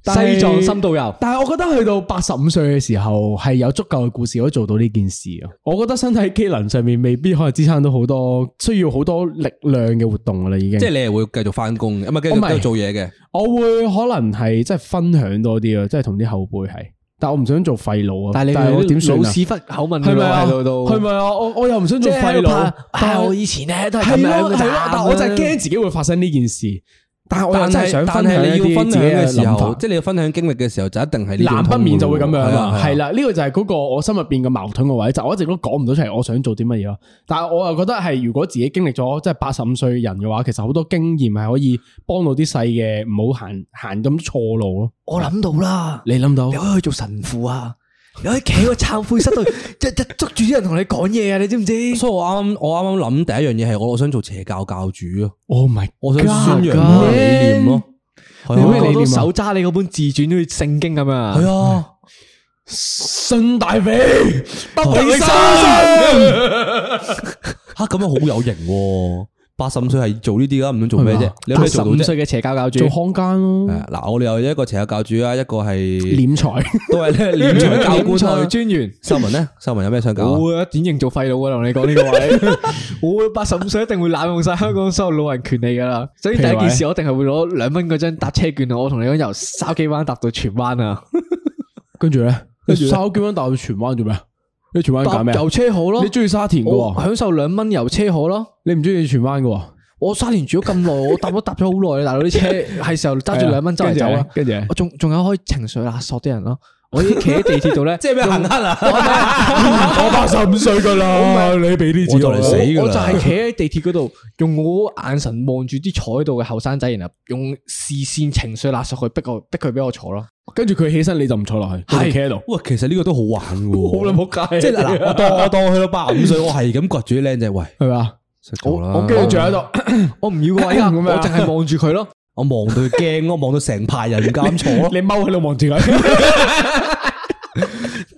[SPEAKER 4] 西藏深
[SPEAKER 1] 度。
[SPEAKER 4] 度遊，
[SPEAKER 1] 但係我覺得去到八十五歲嘅時候，係有足夠嘅故事可以做到呢件事啊！我覺得身體機能上面未必可以支撐到好多，需要好多力量嘅活動噶啦，已經。
[SPEAKER 3] 即係你係會繼續翻工嘅，唔係繼
[SPEAKER 1] 嗯我唔
[SPEAKER 3] 續
[SPEAKER 1] 係
[SPEAKER 3] 繼續做嘢嘅。
[SPEAKER 1] 我會可能係即係分享多啲啊，即係同啲後輩係，但我唔想做廢佬啊。
[SPEAKER 4] 哦但係
[SPEAKER 1] 係
[SPEAKER 4] 你
[SPEAKER 1] 我點算
[SPEAKER 4] 老
[SPEAKER 1] 啊？
[SPEAKER 4] 屎忽口問
[SPEAKER 1] 系咪啊？
[SPEAKER 4] 喺度度，
[SPEAKER 1] 系咪啊？我我又唔想做廢佬，但
[SPEAKER 4] 但
[SPEAKER 1] 係
[SPEAKER 4] 我
[SPEAKER 1] 我
[SPEAKER 4] 以前咧都係咁
[SPEAKER 1] 係啊
[SPEAKER 4] 樣
[SPEAKER 1] 咯
[SPEAKER 4] 嘅啊哦
[SPEAKER 1] 係咯，但我就係
[SPEAKER 4] 係
[SPEAKER 1] 驚自己會發生呢件事。但係我又
[SPEAKER 3] 但
[SPEAKER 1] 真係
[SPEAKER 3] 係
[SPEAKER 1] 想
[SPEAKER 3] 但
[SPEAKER 1] 分
[SPEAKER 3] 係
[SPEAKER 1] 享
[SPEAKER 3] 你要分享嘅時
[SPEAKER 1] 時
[SPEAKER 3] 候，
[SPEAKER 1] 候，
[SPEAKER 3] 即係你要分享經歷嘅時候，就一定係呢種
[SPEAKER 1] 難不
[SPEAKER 3] 痛
[SPEAKER 1] 免
[SPEAKER 3] 㗎
[SPEAKER 1] 就會咁
[SPEAKER 3] 喎
[SPEAKER 1] 樣
[SPEAKER 3] 係啊係
[SPEAKER 1] 啦。
[SPEAKER 3] 啊
[SPEAKER 1] 係啦，呢個就係嗰個我心入邊嘅矛盾嘅位，就我一直都講唔到出嚟，我想做啲乜嘢咯。但係我又覺得係，如果自己經歷咗即係八十五歲人嘅話，其實好多經驗係可以幫到啲細嘅，唔好行行咁錯路咯。
[SPEAKER 4] 我諗到啦，
[SPEAKER 1] 你諗到
[SPEAKER 4] 你？可以去做神父啊，你可以企喺個懺悔室度， 日日捉住啲人同你講嘢啊，你知唔知？
[SPEAKER 3] 所以我啱啱我啱啱諗第一樣嘢係我我想做邪教教主啊，
[SPEAKER 1] Oh my！
[SPEAKER 3] 我想宣揚
[SPEAKER 4] 教
[SPEAKER 3] 嗰個理念咯。係
[SPEAKER 4] 你
[SPEAKER 3] 啊
[SPEAKER 4] 咩
[SPEAKER 1] 理念啊
[SPEAKER 4] 手揸你嗰本自傳都要聖經咁啊？
[SPEAKER 3] 係啊，
[SPEAKER 1] 信大肥，得
[SPEAKER 3] 你
[SPEAKER 1] 你
[SPEAKER 3] 生吓咁樣好有型喎！八十五歲係做呢啲噶，唔想做咩
[SPEAKER 1] 係
[SPEAKER 3] 啫
[SPEAKER 1] 嘛？
[SPEAKER 3] 你有咩做到
[SPEAKER 4] 85
[SPEAKER 3] 啫？
[SPEAKER 4] 歲嘅邪教教主
[SPEAKER 1] 做康間咯
[SPEAKER 3] 係。啊嗱，我哋有一個邪教教主啊，一個係
[SPEAKER 1] 敛財，
[SPEAKER 3] 都係 咧斂財教
[SPEAKER 4] 斂
[SPEAKER 3] 官
[SPEAKER 4] 財
[SPEAKER 3] 啦。
[SPEAKER 4] 專員。
[SPEAKER 3] 秀文咧，秀文有咩想搞
[SPEAKER 4] 我
[SPEAKER 3] 啊？
[SPEAKER 4] 會典型做廢佬啊！同你講呢個位，我八十五歲一定會濫用晒香港所有老人權利噶 啦。所以第一件事，我一定係會攞兩蚊嗰張搭車券啊！我同你講，由筲箕灣搭到荃灣啊，
[SPEAKER 1] 跟住咧，你筲箕灣搭到荃灣做咩啊？你荃灣揀咩
[SPEAKER 4] 搭
[SPEAKER 1] 啊
[SPEAKER 4] 遊？車河咯
[SPEAKER 1] 你。中意啊沙田嘅
[SPEAKER 4] 我
[SPEAKER 1] 喎，
[SPEAKER 4] 享受兩蚊遊車河咯。
[SPEAKER 1] 你唔中意荃灣嘅喎？
[SPEAKER 4] 我沙田住咗咁耐，我搭都搭咗好耐啦，大佬啲車 係時候揸住兩蚊周圍走啦。
[SPEAKER 1] 跟住呢
[SPEAKER 4] 我仲仲有可以情緒勒索啲人咯。我已經企喺地鐵度咧，
[SPEAKER 3] 即係咩行乞 啊？
[SPEAKER 1] 我八十五歲噶啦，你俾啲
[SPEAKER 3] 我就嚟死㗎啦
[SPEAKER 4] 我就係企喺地鐵嗰度，用我眼神望住啲坐喺度嘅後生仔，然後用視線情緒勒索佢，逼我逼佢俾我坐咯。
[SPEAKER 1] 跟住佢起身，你就唔坐落去，你就企喺度。
[SPEAKER 3] 喂，其實呢個都好玩嘅喎。
[SPEAKER 1] 仆
[SPEAKER 3] 即係 嗱，我當我當我去到八十五歲，我係咁掘住啲靚仔，喂，
[SPEAKER 1] 系嘛？
[SPEAKER 3] 識做啦
[SPEAKER 1] 我跟住仲喺度，
[SPEAKER 4] 我唔要個位啊，
[SPEAKER 1] 咁樣啊
[SPEAKER 4] 我淨係望住佢咯。
[SPEAKER 3] 我望到佢驚 咯，望到成排人唔敢坐咯。
[SPEAKER 1] 你踎喺度望住佢，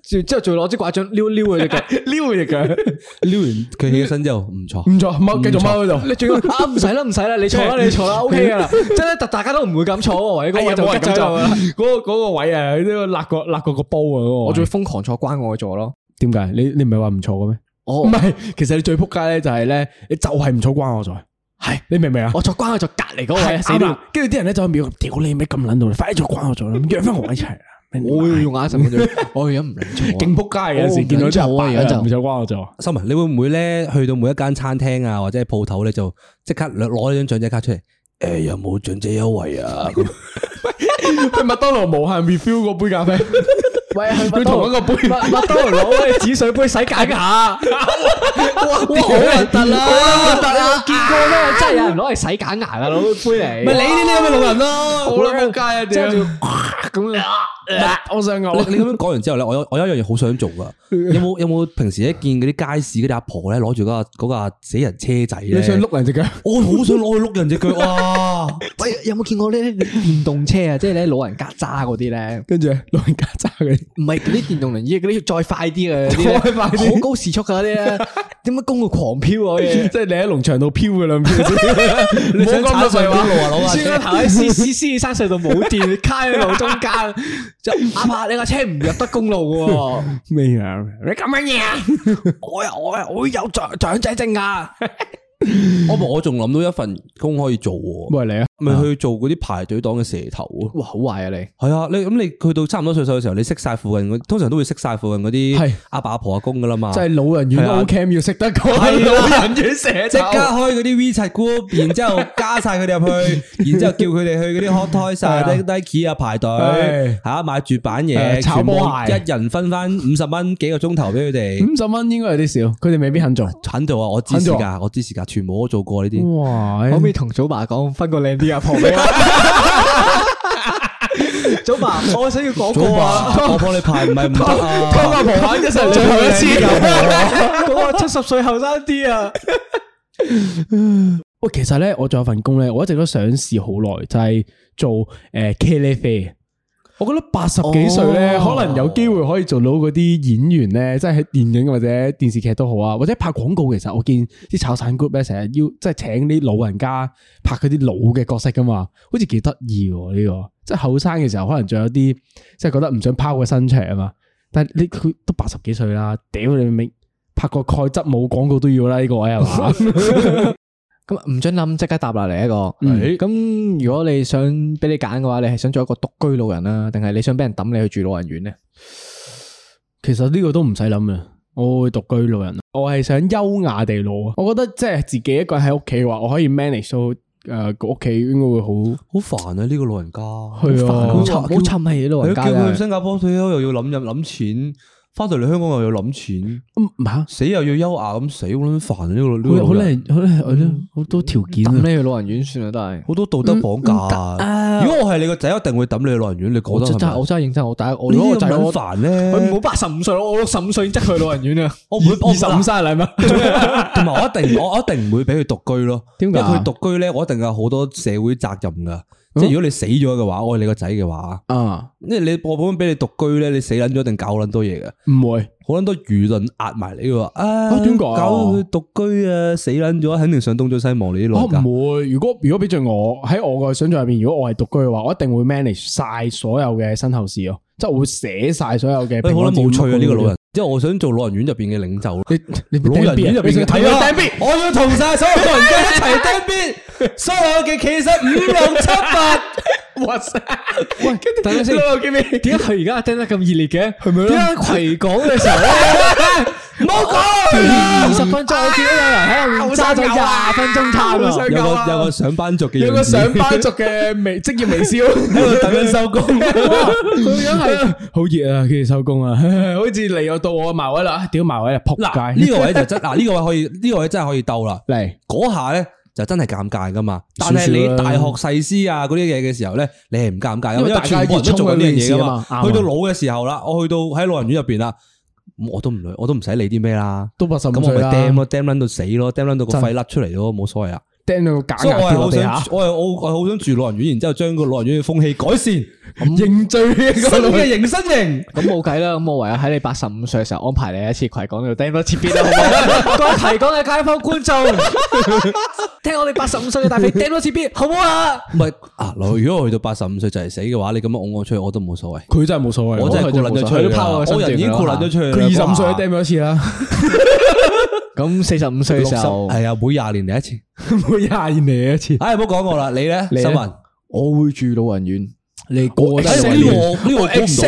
[SPEAKER 4] 之之後再攞支拐杖撩一撩佢隻腳，
[SPEAKER 1] 撩佢只腳，
[SPEAKER 3] 撩完佢起咗身之後唔錯，
[SPEAKER 1] 唔錯，踎，繼續踎喺 度。
[SPEAKER 4] 你仲 要啊唔使啦唔使啦，你坐啦你坐啦，OK 噶啦。即係咧，大家都唔會咁坐嗰個位，嗰個
[SPEAKER 1] 哎呀
[SPEAKER 4] 位就
[SPEAKER 1] 冇
[SPEAKER 4] 吉
[SPEAKER 1] 人
[SPEAKER 4] 咗
[SPEAKER 1] 咁
[SPEAKER 4] 啦
[SPEAKER 1] 做。 嗰個嗰個位啊，呢個辣過辣過個煲啊！嗰個位
[SPEAKER 4] 我仲要瘋狂坐關愛座 咯。
[SPEAKER 1] 點解？你你唔係話唔坐嘅咩？
[SPEAKER 4] 我
[SPEAKER 1] 唔係，其實你最撲街咧就係咧，你就係唔坐關我座，
[SPEAKER 4] 係
[SPEAKER 1] 你明唔明啊？
[SPEAKER 4] 我坐關愛座隔離嗰位
[SPEAKER 1] 係
[SPEAKER 4] 啊，死
[SPEAKER 1] 啱
[SPEAKER 4] 啦
[SPEAKER 1] 啦！，跟住啲人咧就喺秒，屌你咩咁撚到，你快啲坐關我座啦，約翻我一齊啦。
[SPEAKER 4] 我會用眼神 望住佢，我而家唔理坐啊。
[SPEAKER 1] 勁撲街嘅有
[SPEAKER 4] 我
[SPEAKER 1] 時
[SPEAKER 4] 唔
[SPEAKER 1] 見到
[SPEAKER 4] 想
[SPEAKER 1] 真
[SPEAKER 4] 坐啊
[SPEAKER 1] 係
[SPEAKER 4] 而家
[SPEAKER 1] 人
[SPEAKER 4] 就
[SPEAKER 1] 唔坐關我座，
[SPEAKER 3] 新文，你會唔會咧去到每一間餐廳啊，或者係鋪頭咧，就即刻攞張長者卡出嚟？誒，有冇長者優惠啊？咁
[SPEAKER 1] 去 麥當勞無限 refill 嗰杯咖啡，
[SPEAKER 4] 喂，去 麥
[SPEAKER 1] 佢
[SPEAKER 4] 當
[SPEAKER 1] 同
[SPEAKER 4] 勞
[SPEAKER 1] 一個杯
[SPEAKER 4] 麥 麥當勞
[SPEAKER 1] 啊
[SPEAKER 4] 攞嗰隻紫水杯洗解一下，哇，好核突啦，好核突啦，啊個咧，真係有人攞嚟洗假牙啦，攞杯嚟。
[SPEAKER 1] 咪你呢啲咁嘅老人咯，好啦，仆街啊，
[SPEAKER 4] 即係
[SPEAKER 1] 屌！
[SPEAKER 4] 要咁樣。
[SPEAKER 1] 我想講，
[SPEAKER 3] 你你咁樣講完之後咧，我有我有一樣嘢好想做 噶。有冇有冇平時一見嗰啲街市嗰啲阿婆咧，攞住嗰架嗰架死人車仔咧，
[SPEAKER 1] 你想碌 人只腳？
[SPEAKER 3] 我好想攞去碌人只腳哇！
[SPEAKER 4] 喂，有冇見過呢啲電動車啊？即係咧老人家揸嗰啲咧，
[SPEAKER 1] 跟住老人家揸佢，
[SPEAKER 4] 唔係嗰啲電動輪椅，嗰啲再快啲嘅啊嗰啲咧，
[SPEAKER 1] 再快啲
[SPEAKER 4] 好高時速嘅嗰啲 咧，點解公路狂飆啊嗰啲？
[SPEAKER 1] 即係你喺農場度飄佢 兩飄先。你想
[SPEAKER 4] 踩上公
[SPEAKER 1] 路啊，老
[SPEAKER 4] 先嗰頭喺獅獅獅山隧道冇電，卡喺路中間，就阿伯你架車唔入得公路嘅喎。
[SPEAKER 1] 咩樣？你咁樣嘢啊？
[SPEAKER 4] 我啊我啊我有長長者證啊！
[SPEAKER 3] 我我仲諗到一份工可以做喎，
[SPEAKER 1] 喂，你啊！
[SPEAKER 3] 咪去做嗰啲排隊黨嘅蛇頭喎。
[SPEAKER 4] 哇，好壞啊你！
[SPEAKER 3] 係啊，你咁你去到差唔多歲數嘅時候，你識晒附近嗰，通常都會識晒附近嗰
[SPEAKER 1] 係
[SPEAKER 3] 啲阿伯阿婆阿公噶啦嘛。
[SPEAKER 1] 即係老人院
[SPEAKER 3] 係啊
[SPEAKER 1] O Cam 要識得講
[SPEAKER 3] 係啦
[SPEAKER 1] 老人院寫
[SPEAKER 3] 即
[SPEAKER 1] 即
[SPEAKER 3] 刻開嗰啲 WeChat group，然之後 加晒佢哋入 去，然之後叫佢哋去嗰啲 Hot Toys 啊、
[SPEAKER 1] 係
[SPEAKER 3] Nike 啊排隊
[SPEAKER 1] 係，
[SPEAKER 3] 嚇買絕版
[SPEAKER 1] 係
[SPEAKER 3] 嘢，
[SPEAKER 1] 炒波鞋嗯
[SPEAKER 3] 全部一人分翻五十蚊幾個鐘頭俾佢哋。
[SPEAKER 1] 五十蚊應該有啲少，佢哋未必肯做。
[SPEAKER 3] 肯做啊！我知
[SPEAKER 1] 肯
[SPEAKER 3] 時
[SPEAKER 1] 做
[SPEAKER 3] 㗎，我知時㗎，全部都做過呢
[SPEAKER 1] 嗯
[SPEAKER 3] 啲。
[SPEAKER 1] 哇！
[SPEAKER 4] 可唔可以同祖爸講分個靚啲啊阿婆俾我？祖爸，我想要嗰
[SPEAKER 3] 祖
[SPEAKER 4] 個啊！
[SPEAKER 3] 爸，我幫你排唔係唔 得啊！
[SPEAKER 1] 偷阿婆玩一世，最後一 次。
[SPEAKER 4] 嗰個七十歲後生啲啊！
[SPEAKER 1] 喂，其實咧，我仲有份工咧，我一直都想試好耐，就係做诶 K 喱啡。我覺得八十幾歲咧，
[SPEAKER 3] 哦
[SPEAKER 1] 可能有機會可以做到嗰啲演員咧，即係喺電影或者電視劇都好啊，或者拍廣告。其實我見啲炒散 group 咧，成日要即係請啲老人家拍嗰啲老嘅角色噶嘛，好似幾得意喎呢個。即係後生嘅時候，可能仲有啲即係覺得唔想拋個身出嚟啊嘛。但係你佢都八十幾歲啦，屌你明拍個鈣質冇廣告都要啦呢個位係嘛？
[SPEAKER 4] 咁唔准諗，即刻答啦嚟一個。
[SPEAKER 1] 嗯
[SPEAKER 4] 咁如果你想俾你揀嘅話，你係想做一個獨居老人啦，定係你想俾人抌你去住老人院咧？
[SPEAKER 1] 其實呢個都唔使諗啊，我會獨居老人，我係想優雅地老啊。我覺得即係自己一個人喺屋企嘅話，我可以 manage 到诶個屋企應該會好
[SPEAKER 3] 好煩啊！呢個老人家，
[SPEAKER 1] 係啊
[SPEAKER 4] 好沉
[SPEAKER 3] 好
[SPEAKER 4] 好沉氣老
[SPEAKER 3] 你
[SPEAKER 4] 人
[SPEAKER 3] 叫
[SPEAKER 4] 家
[SPEAKER 3] 佢
[SPEAKER 4] 真
[SPEAKER 3] 去
[SPEAKER 4] 係
[SPEAKER 3] 新加坡退休又要諗入諗錢，翻到嚟香港又要諗錢，
[SPEAKER 1] 唔吓，
[SPEAKER 3] 死又要優雅咁死，好撚煩啊！呢個呢個
[SPEAKER 1] 好好
[SPEAKER 3] 老人
[SPEAKER 1] 靓好靓，係咯好多條件
[SPEAKER 4] 抌
[SPEAKER 1] 啊
[SPEAKER 4] 你。去老人院算啦，都係。
[SPEAKER 3] 好多道德綁
[SPEAKER 4] 嗯
[SPEAKER 3] 架。啊如果我係你個仔，一定會抌你去老人院。你覺
[SPEAKER 4] 啊我
[SPEAKER 3] 得
[SPEAKER 4] 真
[SPEAKER 3] 係
[SPEAKER 4] 真係
[SPEAKER 3] 咪
[SPEAKER 4] 我？真係認真，我第一我
[SPEAKER 3] 呢
[SPEAKER 4] 如果我
[SPEAKER 3] 啲咁
[SPEAKER 4] 仔
[SPEAKER 3] 撚
[SPEAKER 4] 我
[SPEAKER 3] 煩咧，
[SPEAKER 4] 佢唔好八十五歲，我六十五歲即去老人院啊！
[SPEAKER 3] 我唔會
[SPEAKER 1] 二十五生日禮物，
[SPEAKER 3] 同埋我一定我一定唔會俾佢獨居咯。
[SPEAKER 1] 點解
[SPEAKER 3] 因為佢獨居咧，我一定有好多社會責任
[SPEAKER 4] 嗯
[SPEAKER 3] 噶。即係如果你死咗嘅話，我係你個仔嘅話，
[SPEAKER 1] 啊，
[SPEAKER 3] 因為你我本俾你獨居咧，你死撚咗一定搞撚多嘢嘅。
[SPEAKER 1] 唔會
[SPEAKER 3] 好撚多輿論壓埋你喎，啊
[SPEAKER 1] 點解
[SPEAKER 3] 搞
[SPEAKER 1] 啊
[SPEAKER 3] 到佢獨居啊，死撚咗，肯定上東張西望你啲老
[SPEAKER 1] 我
[SPEAKER 3] 人家。
[SPEAKER 1] 哦唔會。如果如果俾着我喺我個想象入边，如果我係獨居嘅話，我一定會 manage 晒所有嘅身後事咯，即係我會寫晒所有嘅。
[SPEAKER 3] 喂好撚冇趣啊！呢個老人，即係我想做老人院入邊嘅領袖。
[SPEAKER 1] 你你
[SPEAKER 3] 老人院入邊嘅
[SPEAKER 1] 睇啊！
[SPEAKER 3] 我要同晒所有老人家一齊釘邊，所有嘅其實五六七八。
[SPEAKER 1] 哇塞！
[SPEAKER 4] 喂，等 陣先，點解佢而家聽得咁熱烈嘅？係咪點解葵港嘅時候咧，
[SPEAKER 3] 唔好講
[SPEAKER 4] 二十分鐘我見到有人喺入面揸咗廿分鐘
[SPEAKER 1] 好
[SPEAKER 4] 攤啊！
[SPEAKER 1] 想
[SPEAKER 3] 有個有個上班族嘅樣子，
[SPEAKER 1] 有個上班族嘅微職業微笑喺
[SPEAKER 3] 喺度等緊收工。
[SPEAKER 1] 佢樣係好熱啊，跟住收工啊，好似嚟又到我埋位啦，啊屌埋位啦，仆
[SPEAKER 3] 嗱
[SPEAKER 1] 街！
[SPEAKER 3] 呢個 位就真嗱呢個位可以呢個位真係可以鬥啦。
[SPEAKER 1] 嚟
[SPEAKER 3] 嗰下咧就真係尷尬噶嘛。但係你大學細思啊嗰啲嘢嘅時候咧，你係唔尷尬㗎嘛，啊
[SPEAKER 1] 因為
[SPEAKER 3] 因為
[SPEAKER 1] 大家
[SPEAKER 3] 全部人都做緊呢樣嘢噶
[SPEAKER 1] 熱衷緊呢件事啊嘛啱啊
[SPEAKER 3] 嘛。去到老嘅時候啦，我去到喺老人院入邊啦，我都唔理我都唔使理啲咩啦。
[SPEAKER 1] 都八十五
[SPEAKER 3] 咁我
[SPEAKER 1] 歲
[SPEAKER 3] 咪
[SPEAKER 1] 啦，
[SPEAKER 3] 掟咯掟撚到死咯掟撚到個
[SPEAKER 1] 真
[SPEAKER 3] 肺甩出嚟咯，冇所謂啊。
[SPEAKER 1] 掟到個假
[SPEAKER 3] 所以我
[SPEAKER 1] 牙
[SPEAKER 3] 係
[SPEAKER 1] 掉
[SPEAKER 3] 好
[SPEAKER 1] 落地
[SPEAKER 3] 想
[SPEAKER 1] 下，
[SPEAKER 3] 住，我係我我係好想住老人院，然之後將個老人院嘅風氣改善，
[SPEAKER 1] 認罪
[SPEAKER 3] 新嘅形身形。
[SPEAKER 4] 咁冇計啦，咁我唯有喺你八十五歲嘅時候安排你一次葵港呢度釘多次邊啦， 好唔好？各位葵港嘅街坊觀眾，聽我哋八十五歲嘅大肥釘多次邊，好唔好啊？
[SPEAKER 3] 唔係啊，如果我去到八十五歲就係死嘅話，你咁樣㧬我出去我都冇所謂。
[SPEAKER 1] 佢真係冇所謂，
[SPEAKER 3] 我真係
[SPEAKER 1] 覺
[SPEAKER 3] 顧撚
[SPEAKER 1] 得
[SPEAKER 3] 咗
[SPEAKER 1] 冇
[SPEAKER 3] 出
[SPEAKER 1] 所謂
[SPEAKER 3] 去
[SPEAKER 4] 佢都拋我
[SPEAKER 3] 啦，
[SPEAKER 4] 身
[SPEAKER 3] 我人已經
[SPEAKER 4] 段
[SPEAKER 3] 顧
[SPEAKER 4] 啦
[SPEAKER 3] 撚咗出去啦。
[SPEAKER 1] 佢二十五歲
[SPEAKER 3] 哇
[SPEAKER 1] 都掟咗一次啦，
[SPEAKER 4] 咁四十五歲
[SPEAKER 3] 六
[SPEAKER 4] 嘅
[SPEAKER 3] 十
[SPEAKER 4] 時候，
[SPEAKER 3] 係啊，每廿年嚟一次。
[SPEAKER 1] 每廿年嚟一次。
[SPEAKER 3] 唉，唔好講我啦，你咧，
[SPEAKER 4] 呢
[SPEAKER 3] 新文，
[SPEAKER 4] 我會住老人院。
[SPEAKER 1] 你過
[SPEAKER 3] 但係呢個哎我呢個我估唔到喎
[SPEAKER 4] 喺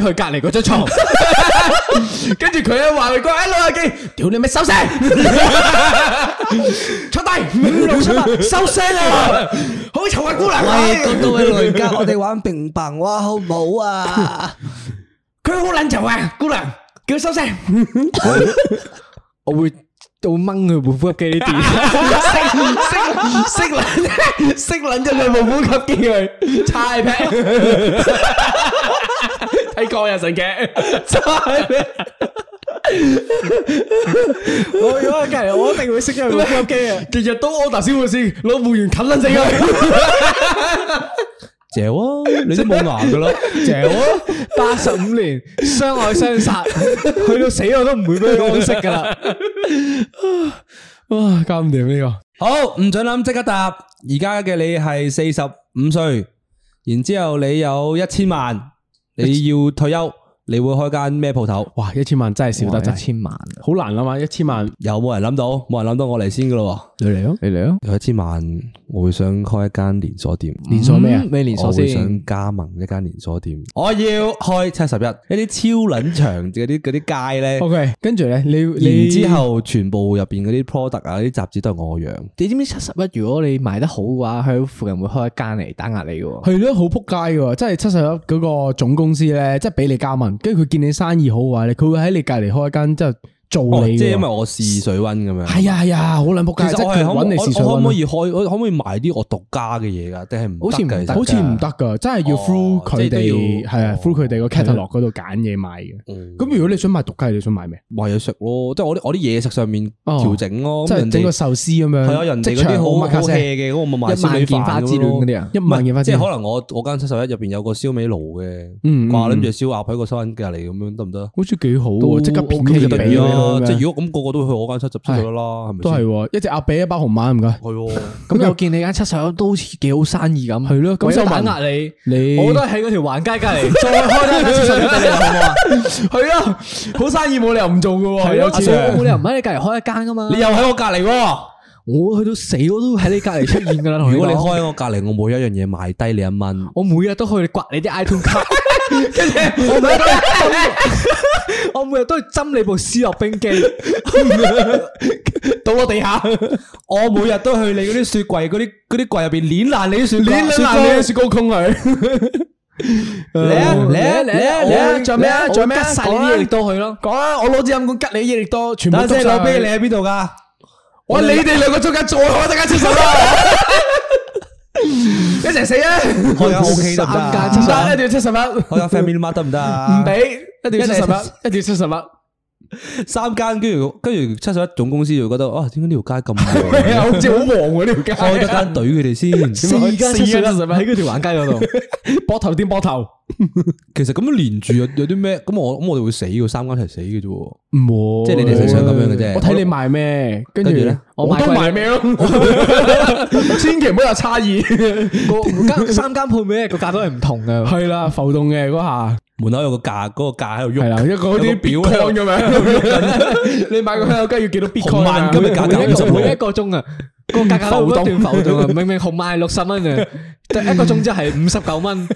[SPEAKER 4] 佢隔離嗰張 床。
[SPEAKER 1] 跟住佢咧話佢講：，哎老友記，屌你咩收聲， 出 低五六七八收聲啊！好醜啊姑娘啊！
[SPEAKER 3] 各位老人家，我 哋玩平白話好唔好 啊？
[SPEAKER 1] 佢好撚醜啊，姑娘，叫佢收聲。
[SPEAKER 4] 我會到掹佢部呼吸機啲電，
[SPEAKER 1] 识捻识捻咗佢部呼吸機佢，差 劈，睇過人神嘅，差劈，
[SPEAKER 4] 我如果喺隔離，我一定會熄咗佢部呼吸機啊！
[SPEAKER 1] 日日都 order 小護士，攞護員冚捻死 佢，
[SPEAKER 3] 嚼啊，你都冇牙 噶啦，
[SPEAKER 4] 嚼啊！八十五年相愛相殺，去到死我都唔會俾 佢安息噶啦。
[SPEAKER 1] 哇，搞唔掂呢
[SPEAKER 3] 好，唔准谂，即刻答。而家嘅你系四十五岁，然之后你有一千万，你要退休，你会开间咩铺头？
[SPEAKER 1] 個，哇，一千萬真係少得滯，
[SPEAKER 4] 千萬，
[SPEAKER 1] 好難諗啊，一千萬
[SPEAKER 3] 有冇人谂到？冇人谂到我嚟先噶咯
[SPEAKER 4] 你嚟啊！你嚟啊！
[SPEAKER 3] 喎。有一千万，我会想开一间连锁店。
[SPEAKER 1] 連鎖咩啊？
[SPEAKER 4] 嗯咩連鎖
[SPEAKER 3] 我會
[SPEAKER 4] 先？
[SPEAKER 3] 想加盟一間連鎖店，我要開七十一一啲超撚長嗰啲嗰啲街咧，
[SPEAKER 1] OK，跟住咧，你哦你
[SPEAKER 3] 然之後全部入邊嗰啲 product 啊，啲雜誌都係我養。
[SPEAKER 4] 你知唔知七十一？如果你賣得好嘅話，佢附近會開一間嚟打壓你嘅喎。
[SPEAKER 1] 係咯，好扑街嘅，即係七十一嗰個總公司咧，即係俾你加盟，跟住佢見你生意好嘅話咧，佢會喺你隔離開一間，即係做
[SPEAKER 3] 哦
[SPEAKER 1] 你嘅喎。
[SPEAKER 3] 即係因為我試水温咁樣。
[SPEAKER 1] 係啊係啊，好撚扑
[SPEAKER 3] 其
[SPEAKER 1] 街，
[SPEAKER 3] 實
[SPEAKER 1] 即係
[SPEAKER 3] 我
[SPEAKER 1] 佢
[SPEAKER 3] 係可唔
[SPEAKER 1] 揾你試水
[SPEAKER 3] 我
[SPEAKER 1] 啊
[SPEAKER 3] 可
[SPEAKER 1] 温
[SPEAKER 3] 唔可
[SPEAKER 1] 咯。
[SPEAKER 3] 以開？我可唔可以賣啲我獨家嘅嘢㗎？定係唔
[SPEAKER 4] 好似唔
[SPEAKER 3] 得
[SPEAKER 4] 得
[SPEAKER 3] 㗎其
[SPEAKER 1] 好
[SPEAKER 3] 實
[SPEAKER 1] 似唔得噶，真係要
[SPEAKER 3] 哦
[SPEAKER 1] through 佢
[SPEAKER 3] 即係
[SPEAKER 1] 哋
[SPEAKER 3] 都
[SPEAKER 1] 係
[SPEAKER 3] 要
[SPEAKER 1] 啊
[SPEAKER 3] 哦
[SPEAKER 1] ，through 佢哋個 catalog 嗰度揀嘢買嘅。
[SPEAKER 3] 嗯
[SPEAKER 1] 咁如果你想買獨雞，你想買咩？
[SPEAKER 3] 賣嘢食咯，即係我啲我啲嘢食上面
[SPEAKER 1] 哦
[SPEAKER 3] 調整咯。
[SPEAKER 1] 即
[SPEAKER 3] 咁
[SPEAKER 1] 係
[SPEAKER 3] 人
[SPEAKER 1] 整個
[SPEAKER 3] 哋
[SPEAKER 1] 壽司咁樣，
[SPEAKER 3] 係啊，人哋
[SPEAKER 1] 即
[SPEAKER 3] 嗰啲
[SPEAKER 1] 場
[SPEAKER 3] 好好
[SPEAKER 1] omakase
[SPEAKER 3] hea 嘅，咁我咪賣
[SPEAKER 4] 一
[SPEAKER 3] 燒味
[SPEAKER 4] 萬件
[SPEAKER 3] 飯
[SPEAKER 4] 花之
[SPEAKER 3] 咁咯
[SPEAKER 4] 戀嗰啲啊！
[SPEAKER 1] 一萬件花
[SPEAKER 3] 即
[SPEAKER 1] 錢
[SPEAKER 3] 係可能我我間七十一入邊有個燒味爐嘅，
[SPEAKER 1] 嗯嗯
[SPEAKER 3] 掛
[SPEAKER 1] 嗯
[SPEAKER 3] 諗住燒鴨喺個收銀隔離咁樣得唔得？
[SPEAKER 1] 好似幾好喎，
[SPEAKER 4] 都
[SPEAKER 1] 即刻片佢
[SPEAKER 3] 咁
[SPEAKER 1] 就
[SPEAKER 3] 得
[SPEAKER 1] 俾
[SPEAKER 3] 意啊！即
[SPEAKER 1] 你咁
[SPEAKER 3] 係
[SPEAKER 1] 樣
[SPEAKER 3] 如果咁個個都去我間七十先得啦，係咪
[SPEAKER 1] 都係
[SPEAKER 3] 先？
[SPEAKER 1] 喎一隻鴨髀一包紅馬唔該，
[SPEAKER 3] 係 喎，
[SPEAKER 4] 咁又見你間七十一都好似幾好生意咁，
[SPEAKER 1] 係咯咁
[SPEAKER 4] 為咗
[SPEAKER 1] 就
[SPEAKER 4] 打
[SPEAKER 1] 問
[SPEAKER 4] 壓你。
[SPEAKER 1] 你
[SPEAKER 4] 我都係喺嗰條橫街隔 離，再開間七十一俾你好唔好啊？
[SPEAKER 1] 係啊，好生意冇理由唔做噶喎，
[SPEAKER 4] 係
[SPEAKER 1] 有
[SPEAKER 4] 咯，
[SPEAKER 1] 錢
[SPEAKER 4] 我冇理由唔喺你隔離開一間噶嘛。
[SPEAKER 3] 又喺我隔離喎。
[SPEAKER 4] 我去到死我都喺你隔離出現噶啦。同
[SPEAKER 3] 如果你
[SPEAKER 4] 講
[SPEAKER 3] 開喺我隔離，我每一樣嘢賣低你一蚊。
[SPEAKER 4] 我每日都去刮你啲 iTune 卡，跟住我每日都去針我每日都去針你部思樂冰機，
[SPEAKER 1] 倒落地下，
[SPEAKER 3] 我每日都去你嗰啲雪櫃嗰啲嗰啲櫃入邊攣爛你啲雪
[SPEAKER 1] 攣
[SPEAKER 3] 雪
[SPEAKER 1] 爛你嘅雪糕空佢。
[SPEAKER 3] 嚟啊嚟啊
[SPEAKER 4] 你
[SPEAKER 3] 嚟啊
[SPEAKER 1] 我
[SPEAKER 3] 嚟啊！
[SPEAKER 1] 仲有咩啊
[SPEAKER 4] 我
[SPEAKER 1] 仲有咩啊
[SPEAKER 4] 吉晒你
[SPEAKER 1] 講啊
[SPEAKER 4] 啲嘢都去咯。
[SPEAKER 1] 講啊，我攞支飲管吉你益力多，全部
[SPEAKER 3] 等
[SPEAKER 1] 執
[SPEAKER 3] 陣
[SPEAKER 1] 晒
[SPEAKER 3] 啊攞俾
[SPEAKER 1] 佢
[SPEAKER 3] 你，喺邊度㗎？
[SPEAKER 1] 我你哋兩個中間再開一間出手啦，一齊死啊！
[SPEAKER 3] 開間 OK 得
[SPEAKER 4] 三
[SPEAKER 3] 唔得
[SPEAKER 4] 間
[SPEAKER 3] 啊？
[SPEAKER 4] 七十
[SPEAKER 1] 唔得，一定要七十蚊，唔
[SPEAKER 3] 開間 Family Mart 得唔得啊？
[SPEAKER 1] 俾，一定要七十蚊，一定要七十蚊。
[SPEAKER 3] 三間，跟住跟住七十一總公司就覺得啊，點解呢條街咁
[SPEAKER 1] 係啊，
[SPEAKER 3] 忙？
[SPEAKER 1] 好似好旺喎呢條
[SPEAKER 3] 開
[SPEAKER 1] 街
[SPEAKER 3] 得，間隊佢哋 先。
[SPEAKER 4] 四間七十一
[SPEAKER 1] 四間七十一
[SPEAKER 4] 喺嗰條橫街嗰 度，
[SPEAKER 1] 膊頭掂膊頭，
[SPEAKER 3] 其實咁樣連住有有啲咩？咁我咁我哋會死嘅，三間一齊死嘅啫喎。
[SPEAKER 1] 唔
[SPEAKER 3] 即係你哋成日想咁樣嘅啫
[SPEAKER 1] 我睇你賣咩，跟住
[SPEAKER 3] 跟住咧
[SPEAKER 1] 我都賣咩咯，千祈唔好有差異。
[SPEAKER 4] 個間三間鋪面個價都係唔同嘅。
[SPEAKER 1] 係啦，浮動嘅嗰下，
[SPEAKER 3] 門口有個架，嗰個架喺度
[SPEAKER 1] 係啦，
[SPEAKER 3] 喐，
[SPEAKER 1] 一個好似
[SPEAKER 3] 有個
[SPEAKER 1] 表
[SPEAKER 3] 表
[SPEAKER 1] 咁樣，你買個香口雞要幾多 b i t
[SPEAKER 3] 紅萬金嘅價格
[SPEAKER 4] 每一
[SPEAKER 3] 五
[SPEAKER 4] 個
[SPEAKER 3] 十
[SPEAKER 4] 每一
[SPEAKER 3] 蚊，
[SPEAKER 4] 個鐘啊，個價格都不斷浮動啊！明明紅賣六十蚊啊，但一個鐘之後係五十九蚊，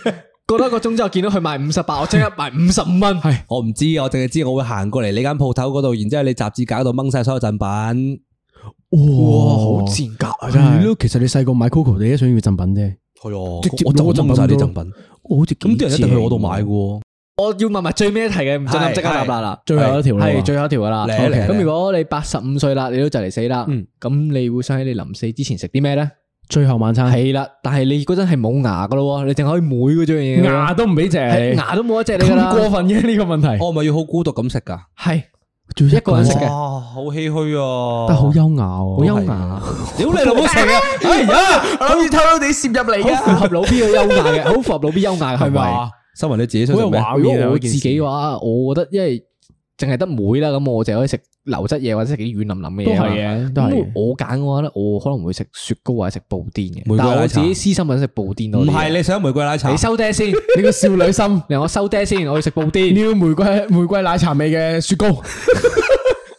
[SPEAKER 4] 過多一個鐘之後見到佢賣五十八，我即刻賣五十五蚊。係
[SPEAKER 3] 我唔知，我淨係知我會行過嚟你間鋪頭嗰度，然之後你雜誌架嗰度掹晒所有贈品。
[SPEAKER 4] 哇，好賤格啊！真
[SPEAKER 1] 係
[SPEAKER 4] 係
[SPEAKER 1] 咯，其實你細個買 Coco，你都想要贈品啫。
[SPEAKER 3] 係啊，
[SPEAKER 1] 直接
[SPEAKER 3] 我
[SPEAKER 1] 攞
[SPEAKER 3] 就
[SPEAKER 1] 個贈
[SPEAKER 3] 掹晒
[SPEAKER 1] 品
[SPEAKER 3] 啲
[SPEAKER 1] 都
[SPEAKER 3] 贈品，
[SPEAKER 1] 我好似
[SPEAKER 3] 咁啲人一定去我度買嘅喎。
[SPEAKER 4] 我要問埋最尾一題嘅，唔准諗即刻答啦啦。
[SPEAKER 1] 最後一條啦
[SPEAKER 4] 係最後一條噶啦。
[SPEAKER 3] 嚟啊嚟啊
[SPEAKER 4] à OK，
[SPEAKER 3] 嚟啊
[SPEAKER 4] 咁如果你八十五歲啦，你都就嚟死啦，
[SPEAKER 1] Ừ.
[SPEAKER 3] 嗯
[SPEAKER 4] 咁你會想喺你臨死之前食啲咩咧？
[SPEAKER 1] 最後晚餐，
[SPEAKER 4] 係啦，但係你嗰陣係冇牙噶咯喎，你淨係可以每嗰張嘢㗎喎。
[SPEAKER 1] 牙都唔俾謝
[SPEAKER 4] 嗯係
[SPEAKER 1] 你，
[SPEAKER 4] 牙都冇一隻你噶
[SPEAKER 1] 咁
[SPEAKER 4] 啦。
[SPEAKER 1] 過分嘅呢個問題，
[SPEAKER 3] 我哦咪要好孤獨咁食㗎？
[SPEAKER 4] 係一個人食嘅。
[SPEAKER 3] 哇，好唏噓啊！
[SPEAKER 1] 但好優雅
[SPEAKER 4] 好
[SPEAKER 1] 喎，
[SPEAKER 4] 優雅，
[SPEAKER 3] 屌你老母食啊！哎呀，
[SPEAKER 1] 我諗住偷偷地攝入嚟
[SPEAKER 4] 好符合老 B 嘅優雅嘅，好符合老 B 優雅嘅
[SPEAKER 1] 係
[SPEAKER 4] 行為。
[SPEAKER 1] 咪？
[SPEAKER 3] 新聞你自己想
[SPEAKER 1] 好
[SPEAKER 3] 食
[SPEAKER 1] 有
[SPEAKER 3] 咩？
[SPEAKER 1] 畫
[SPEAKER 4] 如
[SPEAKER 1] 面啊！
[SPEAKER 4] 果我
[SPEAKER 1] 呢
[SPEAKER 4] 自
[SPEAKER 1] 件事
[SPEAKER 4] 己嘅話，我覺得因為淨係得妹啦，咁我就可以食流質嘢或者食啲軟腍腍嘅
[SPEAKER 1] 都
[SPEAKER 4] 嘢啊
[SPEAKER 1] 係
[SPEAKER 4] 嘛。
[SPEAKER 1] 嘅，都係
[SPEAKER 4] 咁
[SPEAKER 1] 嘅。
[SPEAKER 4] 我揀嘅話咧，我可能會食雪糕或者食布甸嘅
[SPEAKER 3] 玫，瑰
[SPEAKER 4] 但係
[SPEAKER 3] 奶
[SPEAKER 4] 我
[SPEAKER 3] 茶
[SPEAKER 4] 自己私心揾食布甸多
[SPEAKER 3] 唔
[SPEAKER 4] 啲。
[SPEAKER 3] 係你想玫瑰奶茶
[SPEAKER 4] 你？收爹先，
[SPEAKER 1] 你個少女心，
[SPEAKER 4] 嚟我收爹先，我要食布甸。
[SPEAKER 1] 你要玫瑰玫瑰奶茶味嘅雪糕，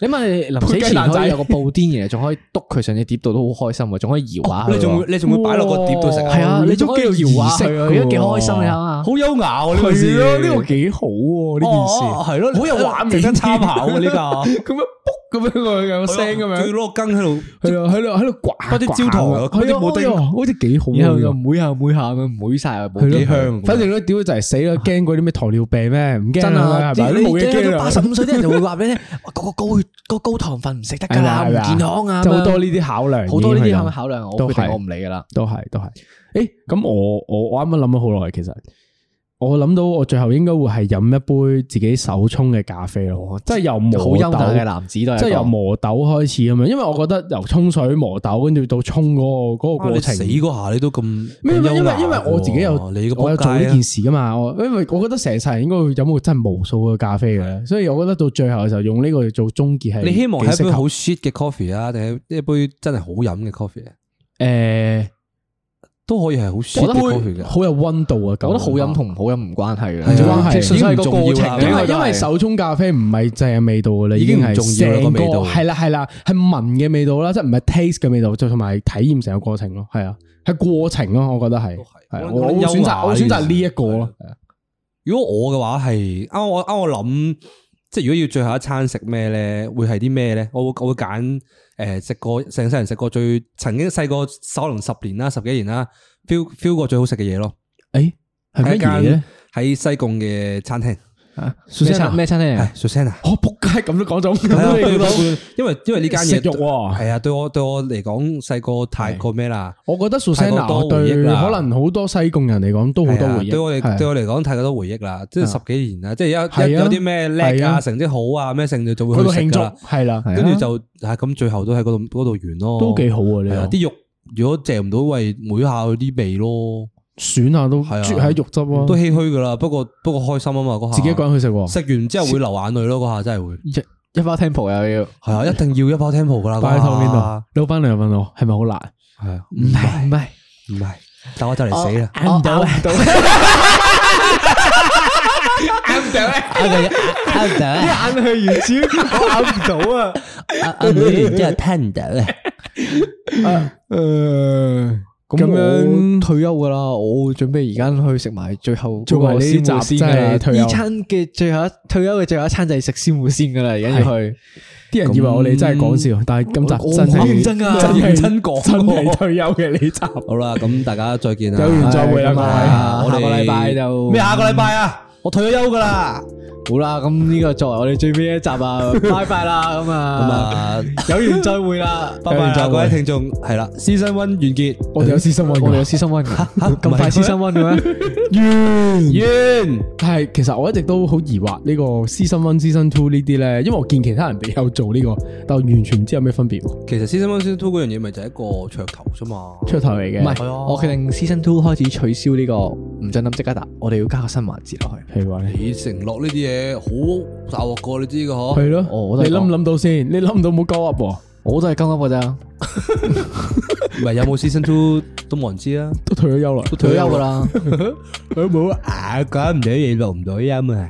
[SPEAKER 4] 你問你臨死
[SPEAKER 1] 配雞蛋
[SPEAKER 4] 前可
[SPEAKER 1] 仔
[SPEAKER 4] 以有個布甸嘅，仲可以篤佢上只碟度都好開心啊，仲可以搖下佢喎。
[SPEAKER 3] 你仲會你仲會擺落個碟度食啊？
[SPEAKER 4] 係啊，你仲可以搖下佢，
[SPEAKER 1] 啊
[SPEAKER 4] 佢都幾開心你睇下。
[SPEAKER 3] 好優雅喎呢件
[SPEAKER 1] 係啊
[SPEAKER 3] 事。
[SPEAKER 1] 哦咯，呢個幾好喎呢件事。
[SPEAKER 3] 係咯，好有畫面，值得參考啊呢個。
[SPEAKER 1] 咁樣咁樣個有聲咁
[SPEAKER 3] 仲要
[SPEAKER 1] 樣，
[SPEAKER 3] 攞個羹喺度，
[SPEAKER 1] 係啊，喺度喺度刮
[SPEAKER 3] 不啲焦糖啊
[SPEAKER 1] 刮
[SPEAKER 3] 嗰啲冇
[SPEAKER 1] 係啊
[SPEAKER 3] 叮
[SPEAKER 1] 哎呀好似幾好啊。
[SPEAKER 4] 然後
[SPEAKER 1] 呢個
[SPEAKER 4] 又妹下妹下咁妹晒，
[SPEAKER 1] 係
[SPEAKER 4] 冇
[SPEAKER 1] 咯
[SPEAKER 3] 幾香
[SPEAKER 1] 反正咧，屌就係死啦，驚嗰啲咩糖尿病咩？唔驚
[SPEAKER 4] 真啊！
[SPEAKER 1] 啦，係咪？都冇嘢驚啦
[SPEAKER 4] 八十。五歲啲人就會話俾你聽， 哇個個高血個高糖分唔食得㗎
[SPEAKER 1] 係
[SPEAKER 4] 啦，唔
[SPEAKER 1] 啦係啦
[SPEAKER 4] 健康啊，
[SPEAKER 1] 就好
[SPEAKER 4] 咁樣
[SPEAKER 1] 多呢啲考量，
[SPEAKER 4] 好多呢啲咁嘅
[SPEAKER 1] 考，
[SPEAKER 4] 考量，我
[SPEAKER 1] 都
[SPEAKER 4] 決定
[SPEAKER 1] 係
[SPEAKER 4] 我唔理㗎啦。
[SPEAKER 1] 都係都係。誒，咁我我我啱啱諗咗好耐，其實我諗到我最後應該會係飲一杯自己手沖嘅咖啡咯，即係由磨
[SPEAKER 4] 好優
[SPEAKER 1] 豆
[SPEAKER 4] 雅嘅男子都係一個，
[SPEAKER 1] 即係由磨豆開始咁樣，因為我覺得由沖水磨豆，跟住到沖嗰個嗰個
[SPEAKER 3] 啊哇你
[SPEAKER 1] 過
[SPEAKER 3] 死
[SPEAKER 1] 程。
[SPEAKER 3] 嗰下你都咁
[SPEAKER 1] 咩？因為因為因為我自己有
[SPEAKER 3] 有你個
[SPEAKER 1] 我有做呢
[SPEAKER 3] 仆
[SPEAKER 1] 件
[SPEAKER 3] 街啊
[SPEAKER 1] 事噶嘛，我因為我覺得成世人應該會飲過真係無數嘅咖啡嘅，所以我覺得到最後嘅時候用呢個做終結係
[SPEAKER 3] 啊！你希望係
[SPEAKER 1] 幾
[SPEAKER 3] 一杯
[SPEAKER 1] 適合
[SPEAKER 3] 好 shit 嘅 coffee 啊，定係一杯真係好飲嘅 coffee 啊？
[SPEAKER 1] 誒
[SPEAKER 3] 都可以係好 shit 嘅 coffee
[SPEAKER 1] 一杯
[SPEAKER 3] 嘅。
[SPEAKER 1] 好有温度啊，
[SPEAKER 4] 我覺得好飲同唔
[SPEAKER 1] 同
[SPEAKER 4] 好飲唔關係嘅，
[SPEAKER 3] 係
[SPEAKER 1] 啊
[SPEAKER 4] 即係純粹係個過
[SPEAKER 3] 已經唔重要
[SPEAKER 4] 程啊
[SPEAKER 3] 啦
[SPEAKER 4] 嚟嘅。
[SPEAKER 1] 因為
[SPEAKER 4] 都係
[SPEAKER 1] 因為手沖咖啡唔係淨係味道噶啦，
[SPEAKER 3] 已經唔
[SPEAKER 1] 係
[SPEAKER 3] 重要啦
[SPEAKER 1] 成
[SPEAKER 3] 個味道
[SPEAKER 1] 係啦係啦，係聞嘅味道啦，即係唔係 taste 嘅味道，就同埋體驗成個過程咯，係啊，係過程咯，我覺得係
[SPEAKER 3] 都係
[SPEAKER 1] 係啊
[SPEAKER 3] 我
[SPEAKER 1] 我
[SPEAKER 3] 覺
[SPEAKER 1] 會
[SPEAKER 3] 得優
[SPEAKER 1] 選
[SPEAKER 3] 雅
[SPEAKER 1] 擇我會選
[SPEAKER 3] 呢件事
[SPEAKER 1] 擇呢一個咯，
[SPEAKER 3] 如果我嘅話係啱我啊啱我諗，即係如果要最後一餐食咩咧，會係啲咩咧？我會我會揀誒食過成世人食過最曾經細個可能十年啦十幾年啦 feel feel 過最好食嘅嘢咯，
[SPEAKER 1] 誒係乜嘢咧？
[SPEAKER 3] 喺西貢嘅餐廳。
[SPEAKER 4] 咩餐咩餐廳嚟
[SPEAKER 3] 係 Susanna，
[SPEAKER 1] 我哦仆街咁都講咗，咁
[SPEAKER 3] 係啊
[SPEAKER 1] 都
[SPEAKER 3] 對
[SPEAKER 1] 你
[SPEAKER 3] 我
[SPEAKER 1] 講
[SPEAKER 3] 因為因為呢間
[SPEAKER 1] 食
[SPEAKER 3] 嘢
[SPEAKER 1] 肉喎
[SPEAKER 3] 係啊，對我對我嚟講細個太過咩啦，
[SPEAKER 1] 我覺
[SPEAKER 3] 太
[SPEAKER 1] 得
[SPEAKER 3] 過
[SPEAKER 1] Susanna
[SPEAKER 3] 多回
[SPEAKER 1] 對
[SPEAKER 3] 憶啦
[SPEAKER 1] 可能好多西貢人嚟講都好多
[SPEAKER 3] 係啊
[SPEAKER 1] 回憶，
[SPEAKER 3] 對我
[SPEAKER 1] 係啊
[SPEAKER 3] 嚟對我嚟講太過多回憶啦，即係十幾年啦，即係有
[SPEAKER 1] 係
[SPEAKER 3] 有
[SPEAKER 1] 啊
[SPEAKER 3] 有啲咩叻
[SPEAKER 1] 係
[SPEAKER 3] 啊
[SPEAKER 1] 啊
[SPEAKER 3] 成績好啊咩成就就會
[SPEAKER 1] 去到
[SPEAKER 3] 去食
[SPEAKER 1] 慶
[SPEAKER 3] 㗎
[SPEAKER 1] 祝
[SPEAKER 3] 啦，
[SPEAKER 1] 係啦，
[SPEAKER 3] 跟住就係啊咁最後都喺嗰度嗰度完咯，
[SPEAKER 1] 都幾好啊
[SPEAKER 3] 係啊
[SPEAKER 1] 呢個，
[SPEAKER 3] 啲肉如果嚼唔到，喂每下有啲味咯，
[SPEAKER 1] 選下都
[SPEAKER 3] 係啊
[SPEAKER 1] 啜喺肉汁咯
[SPEAKER 3] 都，唏噓噶啦。不過不過開心啊嘛，嗰下
[SPEAKER 1] 哦自己一個人去食喎，
[SPEAKER 3] 食完之後會流眼淚咯，嗰下真係會
[SPEAKER 4] 一一包 temple 又要
[SPEAKER 3] 係啊，一定要一包 temple 噶啦，
[SPEAKER 1] 擺喺後面度
[SPEAKER 3] 嗰下，
[SPEAKER 1] 老闆娘又問我係咪好辣？
[SPEAKER 3] 係啊，唔係
[SPEAKER 4] 唔係
[SPEAKER 3] 唔係，但我就嚟死啦。
[SPEAKER 4] 咬 唔到，咬 唔 到，咬唔到，一眼去原焦，我咬唔到啊！
[SPEAKER 3] 我每完之後吞唔到啊！
[SPEAKER 1] 誒，
[SPEAKER 4] 咁
[SPEAKER 1] 咁
[SPEAKER 4] 樣
[SPEAKER 1] 樣
[SPEAKER 4] 退休噶啦，我準備而家去食埋最後
[SPEAKER 1] 做埋呢啲
[SPEAKER 4] 嗰個鮮
[SPEAKER 1] 集
[SPEAKER 4] 芋仙㗎啦
[SPEAKER 1] 真係退休
[SPEAKER 4] 呢餐嘅最後一退休嘅最後一餐就係食鮮芋仙噶啦，而家要去。
[SPEAKER 1] 啲人以為我哋真係講笑，但係今
[SPEAKER 4] 我我
[SPEAKER 1] 集真係
[SPEAKER 4] 好認真啊
[SPEAKER 1] 係
[SPEAKER 3] 認真講
[SPEAKER 1] 真係退休嘅呢 集。
[SPEAKER 3] 好啦，咁大家再見啦，
[SPEAKER 1] 有緣再會啦
[SPEAKER 3] 係
[SPEAKER 1] 各位
[SPEAKER 3] 啊我哋
[SPEAKER 4] 下個禮拜就
[SPEAKER 3] 咩？下個禮拜啊，我退咗休噶啦，
[SPEAKER 4] 好啦，咁呢個作為我哋最尾一集啊，拜拜啦，咁
[SPEAKER 3] 咁
[SPEAKER 4] 啊，
[SPEAKER 3] 啊，
[SPEAKER 4] 有緣再會啦，
[SPEAKER 3] 拜拜啦，各位聽眾，係啦，season one 完結，
[SPEAKER 1] 我哋有私心
[SPEAKER 4] 我哋有
[SPEAKER 1] 喎，
[SPEAKER 4] 私心温㗎，
[SPEAKER 3] 唔係
[SPEAKER 4] 咁快私心温嘅 咩？
[SPEAKER 3] 完。
[SPEAKER 1] 但係其實我一直都好疑惑呢個私心 one、私心 two 呢啲咧，因為我見其他人哋有做呢個，但我完全唔知有咩分別喎。
[SPEAKER 3] 其實 season one season two 嗰樣嘢咪就係一個噱頭啫嘛，
[SPEAKER 1] 出頭嚟嘅，
[SPEAKER 4] 唔係，啊我決定 Season Two 開始取消呢個唔准諗即刻答，我哋要加個新環節落去。
[SPEAKER 1] 係話咧，
[SPEAKER 3] 你承諾呢啲嘢好大鑊過你知嘅
[SPEAKER 1] 係
[SPEAKER 3] 嗬，
[SPEAKER 1] 咯，
[SPEAKER 4] 我都係
[SPEAKER 1] 你諗
[SPEAKER 4] 講
[SPEAKER 1] 唔諗到先？你諗唔到冇鳩噏喎，
[SPEAKER 4] 我都係今粒嘅咋，
[SPEAKER 3] 唔係有冇 season two 都冇人知啊，
[SPEAKER 1] 都退咗休啦，
[SPEAKER 4] 退休噶啦。
[SPEAKER 1] 都冇啊。
[SPEAKER 3] 啊講唔到嘢錄唔到音啊。